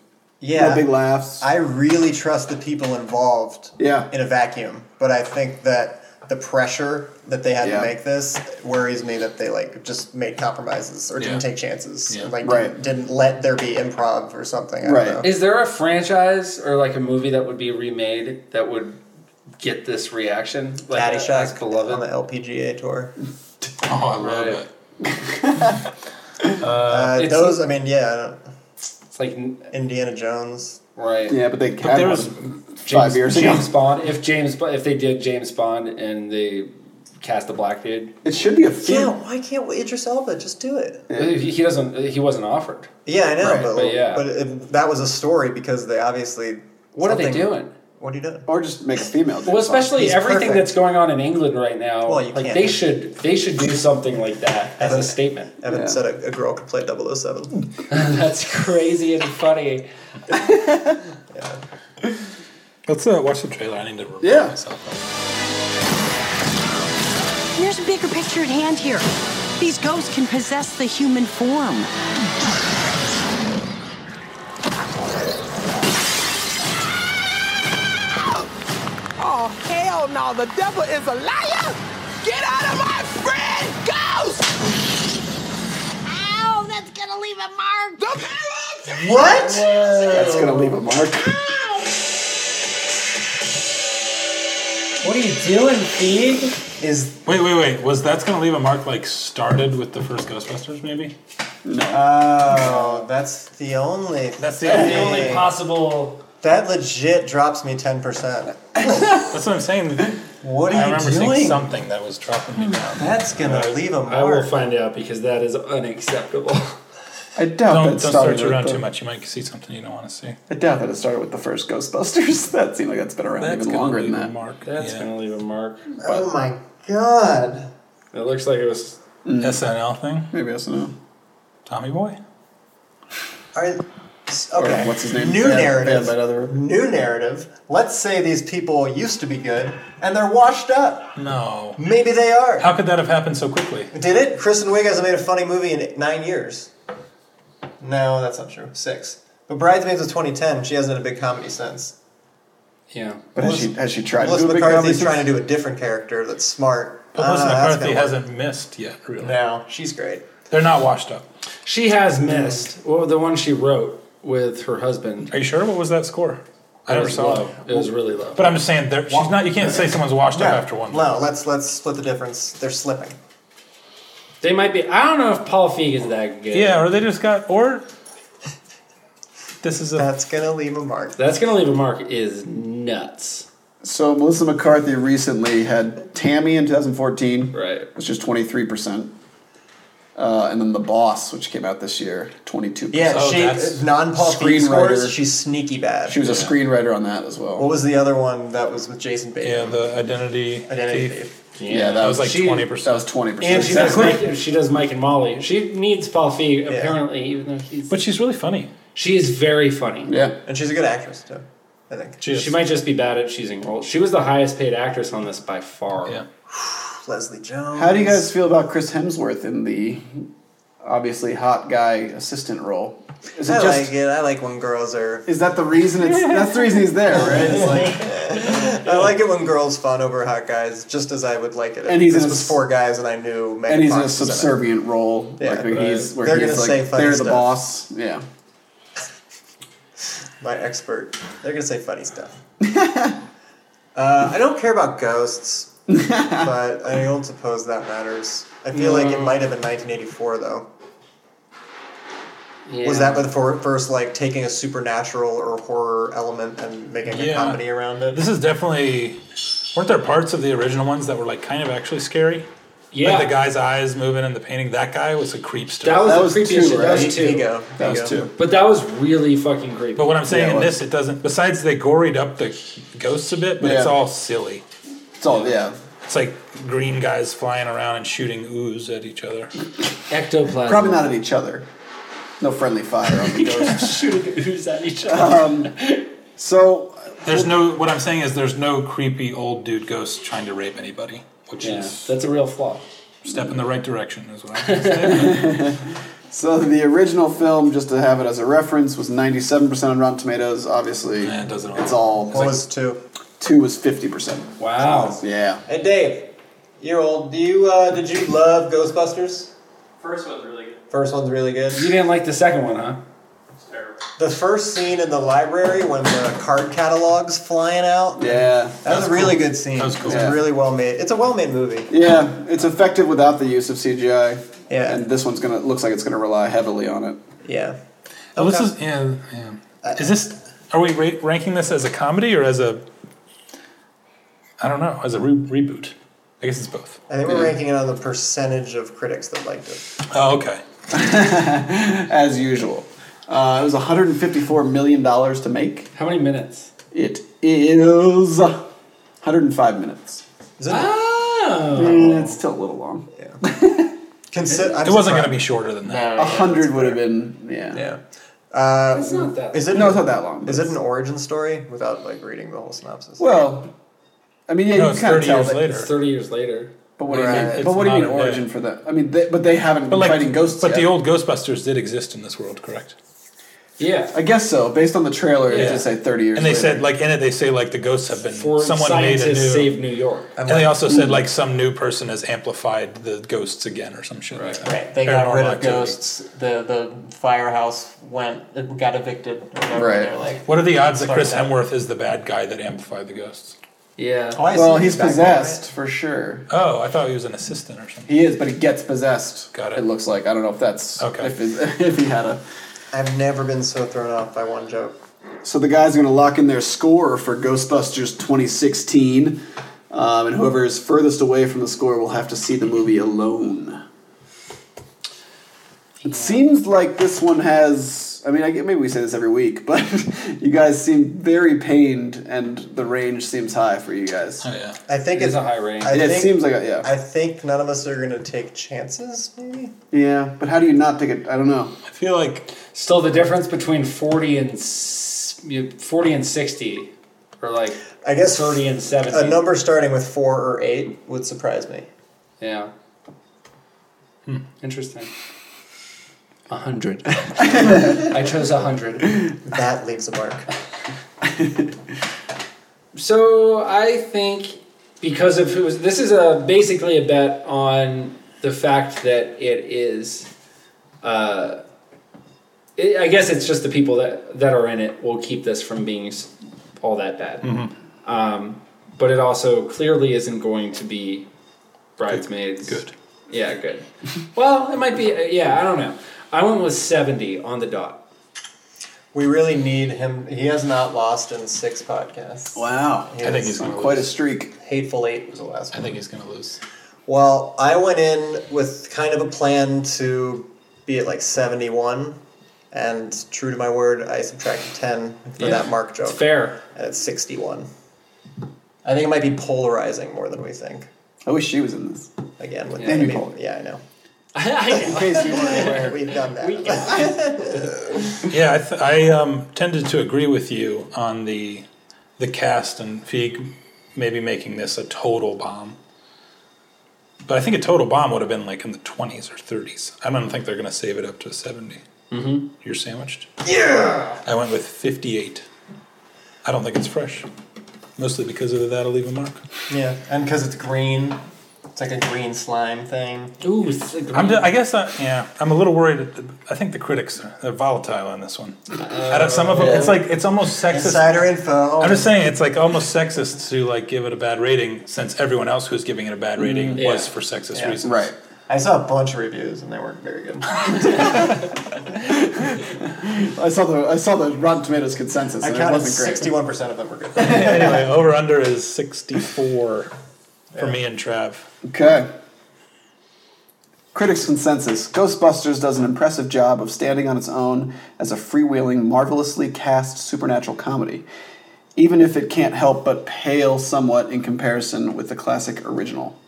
C: Yeah.
B: no big laughs.
C: I really trust the people involved
B: Yeah.
C: in a vacuum, but I think that the pressure that they had
B: Yeah.
C: to make this worries me that they like just made compromises or
E: Yeah.
C: didn't take chances,
E: Yeah.
C: like
B: Right.
C: didn't, didn't let there be improv or something. I
B: Right.
C: Don't know.
D: Is there a franchise or like a movie that would be remade that would get this reaction? Like
C: Daddy
D: uh,
C: Shack
D: as
C: on the
D: beloved.
C: LPGA tour.
E: Oh, I love
D: Right.
E: it.
C: Uh,
D: it's-
C: those, I mean, yeah, I
D: It's like n-
C: don't- Indiana Jones.
D: right.
B: yeah, but they had
E: there
B: one
E: was-
B: five years ago.
D: James Bond. If James, Bo- if they did James Bond and they cast a black dude,
B: It should be a few.
C: Yeah, why can't we Idris Elba just do it?
D: he he doesn't. He wasn't offered.
C: Yeah, I know,
B: Right,
C: but,
D: but yeah.
C: but it, that was a story because they obviously.
D: What are they
C: something-
D: doing?
C: What are you doing?
B: Or just make a female.
D: Well,
B: James Bond.
D: especially
C: He's
D: everything
C: perfect.
D: that's going on in England right now.
C: Well, you
D: like
C: can't.
D: they should, they should do something like that as a
C: Evan-
D: statement.
C: Evan
B: Yeah. Hmm.
C: said a, a girl could play 007.
D: That's crazy and funny.
E: Let's uh, watch the trailer. I need to remind
B: Yeah.
E: myself.
H: There's a bigger picture at hand here. These ghosts can possess the human form.
I: Oh, hell no, the devil is a liar! Get out of my friend, ghost! Ow, that's gonna leave a mark! The parrot!
C: What?
B: That's gonna leave a mark.
J: What are you doing, Feig?
C: Is
E: Wait, wait, wait. Was that's gonna leave a mark? Like started with the first Ghostbusters, maybe?
C: oh, that's the only.
E: That's the only.
D: The only possible.
C: That legit drops me ten percent.
E: That's what I'm saying.
C: What
E: I
C: are
E: remember
C: you
E: seeing
C: doing?
E: something that was dropping me down.
C: That's gonna leave a
D: I will
C: mark.
D: find out because that is unacceptable.
B: I doubt
E: Don't,
B: that
E: don't
B: started
E: search around
B: with
E: too
B: the,
E: much. You might see something you don't want to see.
B: I doubt that it started with the first Ghostbusters. That seemed like that's been around even
E: gonna
B: longer than
E: leave a
B: that.
E: Mark.
D: That's
E: yeah.
D: gonna leave a mark.
C: Oh my god.
D: It looks like it was.
E: Mm. SNL thing.
B: Maybe I don't know.
E: Tommy Boy.
C: Are,
B: Or
C: okay.
B: what's his name?
C: New
B: Bad-
C: narrative.
B: Bad by another.
C: New narrative. Let's say these people used to be good and they're washed up.
E: No.
C: Maybe they are.
E: How could that have happened so quickly?
C: Did it? Kristen Wiig hasn't made a funny movie in nine years. No, that's not true. Six. But Bridesmaids was 2010. She hasn't had a big comedy since.
D: Yeah.
B: But has she has she tried to
C: Melissa
B: do a big
C: McCarthy's
B: comedy?
C: trying to do a different character that's smart.
E: But
C: I don't
E: Melissa
C: know, Ah, that's
E: McCarthy
C: gonna work.
E: hasn't missed yet, really.
C: No, she's great.
E: They're not washed up.
D: She has missed. Well, the one she wrote with her husband.
E: Are you sure? What was that score? I never
D: was
E: saw
D: low.
E: it.
D: It was really low.
E: But I'm just saying, they're- she's not. You can't say someone's washed
C: No,
E: up after one.
C: no, let's let's split the difference. They're slipping.
D: They might be. I don't know if Paul Feig is that good.
E: Yeah, or they just got or. This is a
C: That's gonna leave a mark.
D: That's gonna leave a mark. Is nuts.
B: So Melissa McCarthy recently had Tammy in 2014,
D: Right.
B: which is 23 percent, uh, and then The Boss, which came out this year, 22.
C: Yeah,
E: Oh, that's-
C: she non Paul Feig
B: Screenwriter.
C: scores. She's sneaky bad.
B: she was a screenwriter on that as
C: what
B: well.
C: was the other one that was with Jason
E: yeah.
C: Bateman?
E: The identity.
C: Identity
E: thief.
C: Thief.
B: Yeah, that was
E: like
D: She-
E: 20%.
B: that was 20
D: And
B: percent.
D: she does, Mike, she does Mike and Molly. She needs Paul Feig
C: Yeah.
D: apparently, even though he's.
E: But she's really funny.
D: she is very funny.
B: Yeah,
C: And she's a good actress too. I think.
E: She, is.
D: She might just be bad at choosing roles. She was the highest paid actress on this by far.
E: Yeah.
C: Leslie Jones.
B: How do you guys feel about Chris Hemsworth in the obviously hot guy assistant role? Is
C: I
B: it just
C: like it. I like when girls are.
B: is that the reason it's that's the reason he's there, right?
C: It's like, I like it when girls fawn over hot guys, just as I would like it. If
B: And he's
C: this
B: in a
C: was
B: s-
C: four guys, and I knew. Megan
B: And he's in
C: Fox
B: a
C: was it.
B: subservient role,
C: Yeah,
B: like where he's where
C: They're
B: he's
C: gonna
B: like
C: say funny
B: they're the
C: stuff.
B: boss. Yeah,
C: my expert. They're gonna say funny stuff. uh, I don't care about ghosts, but I don't suppose that matters. I feel like it might have been 1984 though.
D: Yeah.
C: Was that the for- first like taking a supernatural or horror element and making a
E: Yeah.
C: comedy around it?
E: This is definitely. Weren't there parts of the original ones that were like kind of actually scary?
D: Yeah.
E: Like the guy's eyes moving in the painting. That guy was a creepster.
D: That was,
B: That
D: the
B: was
D: creepiest
B: two,
D: shit. That
B: right?
D: was two.
C: Ego.
B: that was
C: Ego.
B: two.
D: But that was really fucking creepy.
E: but what I'm saying
B: Yeah, it
E: in
B: was.
E: this, it doesn't. Besides, they goried up the ghosts a bit, but it's
B: Yeah.
E: all silly.
B: It's all yeah.
E: It's like green guys flying around and shooting ooze at each other.
D: Ectoplasm.
B: Probably not at each other. No friendly fire on the ghost.
D: shooting ooze at each other.
B: so
E: There's no. What I'm saying is, there's no creepy old dude ghost trying to rape anybody, which
D: yeah,
E: is
D: that's a real flaw.
E: step in the right direction, is what I'm saying.
B: so the original film, just to have it as a reference, was ninety seven percent on Rotten Tomatoes. Obviously,
E: Yeah, it doesn't
B: it's all
C: What was two?
B: two was fifty percent.
D: Wow.
B: Yeah.
C: Hey Dave, you're old. Do you uh, did you love Ghostbusters?
K: First one's really good.
C: First one's really good.
D: You didn't like the second one, huh?
K: It's terrible.
C: The first scene in the library when the card catalog's flying out.
B: Yeah.
C: That was a really good scene.
E: That was cool.
C: It's
B: Yeah.
C: really well made. It's a well made movie.
B: Yeah, it's effective without the use of CGI.
C: Yeah.
B: and this one's gonna looks like it's gonna rely heavily on it.
C: Yeah.
E: Oh, this is yeah, yeah.
B: Uh,
E: Is this? Are we ra- ranking this as a comedy or as a? I don't know. As a re- reboot, I guess it's both.
C: I think we're ranking it on the percentage of critics that liked it.
E: Oh, okay.
B: As usual, uh, it was 154 million dollars to make.
D: How many minutes?
B: It is 105 minutes.
C: Is it
D: Oh.
B: Eh, it's still a little long.
C: Consi- I'm
E: It wasn't going
C: surprised.
E: to be shorter than that.
B: A hundred would have been yeah.
C: Yeah. Uh,
D: It's not that.
C: Is it
B: No, it's not that long.
C: Is it an origin story without like reading the whole synopsis?
B: Well, I mean, yeah,
E: No,
B: you
E: it's
B: kind of
E: thirty
B: tell
E: years
B: that,
E: later.
D: It's 30 years later.
B: But what do you mean?
E: Right.
B: But what do you
E: It's
B: mean
E: modern day.
B: origin for that? I mean, they, but they haven't
E: But
B: been
E: like
B: fighting ghosts.
E: But the
B: yet.
E: old Ghostbusters did exist in this world, correct?
D: Yeah.
B: I guess so. Based on the trailer, it
E: Yeah.
B: did say thirty years.
E: And they
B: later.
E: said like in it they say like the ghosts have been
D: For
E: someone made a new.
D: scientists save New York.
E: and they also said like some new person has amplified the ghosts again or some shit. Right. Like that.
J: Right, they got
E: Paranormal
J: rid of
E: activity.
J: ghosts. The the firehouse went it got evicted. Or whatever.
B: Right.
J: They're like,
E: What are the odds that Chris
J: Sorry.
E: Hemsworth is the bad guy that amplified the ghosts?
D: Yeah.
C: Oh, I
B: well,
C: see
B: he's
C: back there,
B: possessed for sure.
E: Oh, I thought he was an assistant or something.
B: He is, but he gets possessed.
E: Got it.
B: It looks like I don't know if that's
E: Okay.
B: If, it, if he had a.
C: right? I've never been so thrown off by one joke.
B: So the guys are going to lock in their score for Ghostbusters 2016, um, and whoever is furthest away from the score will have to see the movie alone. It seems like this one has. I mean, I get, maybe we say this every week, but you guys seem very pained, and the range seems high for you guys.
E: Oh, yeah.
C: I think
D: It is
C: it's
D: a high range.
C: I
B: Yeah, it
C: think-
B: seems like a, yeah,
C: I think none of us are gonna take chances. Maybe
B: yeah. But how do you not take it? I don't know.
E: I feel like
D: Still, the difference between forty and s- you- forty and sixty, or like
C: I guess
D: thirty and seventy.
C: a number starting with four or eight would surprise me.
D: Yeah.
E: Hmm.
D: Interesting. A hundred. I chose a hundred.
C: That leaves a mark.
D: So I think because of who this is a basically a bet on the fact that it is. Uh, it, I guess it's just the people that that are in it will keep this from being s- all that bad.
E: Mm-hmm.
D: Um, but it also clearly isn't going to be bridesmaids.
E: Good.
D: Yeah, good. well, it might be. uh, Yeah, I don't know. I went with seventy on the dot.
C: We really need him. He has not lost in six podcasts.
B: Wow,
C: He
E: I think
C: is-
E: he's gonna
B: quite a
E: lose.
B: streak.
C: Hateful Eight was the last
E: I
C: one.
E: think he's gonna lose.
C: Well, I went in with kind of a plan to be at like 71, and true to my word, I subtracted 10 for
D: Yeah.
C: that mark joke.
D: It's fair.
C: And it's 61. I think it might be polarizing more than we think.
B: I wish she was in this.
C: Again, with
B: And
C: I
B: you
C: mean,
B: called it.
C: Yeah, I know.
B: In case you weren't aware.
C: We've done that.
E: Yeah, I, th- I um, tended to agree with you on the the cast and Feig maybe making this a total bomb. But I think a total bomb would have been like in the twenties or thirties. I don't think they're going to save it up to 70 Mm-hmm. You're sandwiched. Yeah. I went with fifty-eight. I don't think it's fresh, mostly because of that'll leave a mark.
C: yeah, and because it's green, it's like a green slime thing.
D: Ooh, it's a
E: I'm. d I guess. I, yeah. I'm a little worried. That the, I think the critics are they're volatile on this one. I don't, some of them. It's like it's almost sexist.
C: Insider info.
E: I'm just saying it's like almost sexist to like give it a bad rating since everyone else who's giving it a bad rating
D: yeah.
E: was for sexist
C: Yeah.
E: reasons.
B: Right.
C: I saw a bunch of reviews and they weren't very good.
B: I saw the I saw the Rotten Tomatoes consensus.
C: I
B: and
C: counted
B: it wasn't great.
C: 61% of them were good.
E: anyway, over under is 64 for me and Trav.
B: Okay. Critics' consensus Ghostbusters does an impressive job of standing on its own as a freewheeling, marvelously cast supernatural comedy, even if it can't help but pale somewhat in comparison with the classic original.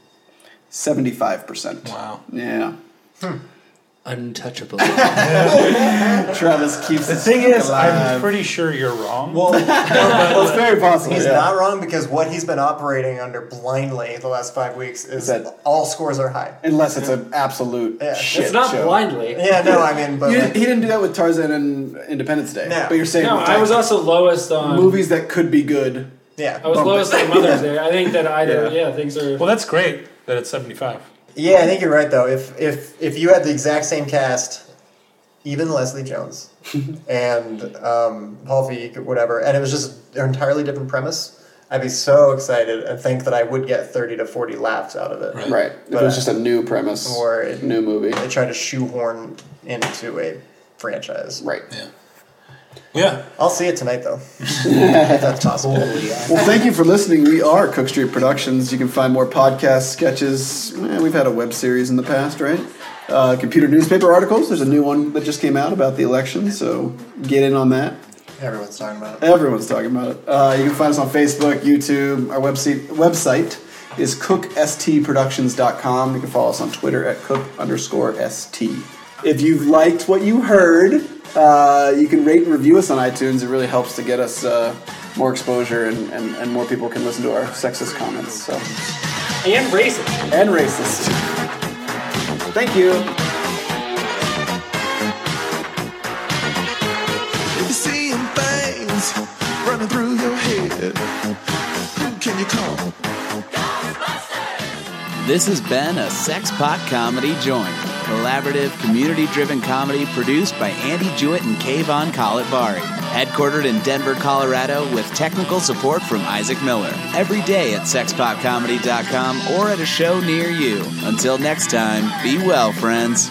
B: 75%.
E: Wow.
B: Yeah.
D: untouchable.
B: Travis keeps
E: The thing is, I'm pretty sure you're wrong. Well,
B: well, it's very possible.
C: He's
B: yeah.
C: not wrong because what he's been operating under blindly the last five weeks is
B: that-
C: all scores are high.
B: Unless it's an absolute
C: Yeah.
B: shit
D: it's not
B: show.
D: blindly.
C: Yeah, no, I mean, but
B: You
C: like,
B: didn't- he didn't do that with Tarzan and Independence Day.
C: No.
B: But you're saying
D: No,
B: with
D: I was
B: like,
D: also lowest on
B: movies that could be good.
D: I was
C: yeah,
B: Bump
D: lowest on Mother's Day. I think that either yeah,
E: Yeah.
D: things are
E: well, that's great that it's 75.
C: yeah. I think you're right though. If if if you had the exact same cast, even Leslie Jones and um, Paul Feig, whatever, and it was just an entirely different premise, I'd be so excited and think that I would get thirty to forty laughs out of it.
E: Right.
B: Right. If it was just a new premise
C: Or it-
B: new movie.
C: They try to shoehorn into a franchise.
B: Right.
E: Yeah. Yeah.
C: I'll see it tonight though. if that's possible.
B: Well, thank you for listening. We are Cook Street Productions. You can find more podcasts, sketches. eh, we've had a web series in the past, right? Uh, computer newspaper articles. There's a new one that just came out about the election, so get in on that.
C: Everyone's talking about it.
B: Everyone's talking about it. Uh, you can find us on Facebook, YouTube. Our website website is cookstproductions.com. You can follow us on Twitter at cook underscore st. If you've liked what you heard, uh, you can rate and review us on iTunes. It really helps to get us uh, more exposure and, and, and more people can listen to our sexist comments. So
D: And racist.
B: and racist. Thank you.
I: You seeing things running through your head. Who can you call?
A: This has been a Sex Pot Comedy Joint, collaborative, community driven comedy produced by Andy Jewett and Kayvon Kalatvari. Headquartered in Denver, Colorado, with technical support from Isaac Miller. Every day at sexpotcomedy.com or at a show near you. Until next time, be well, friends.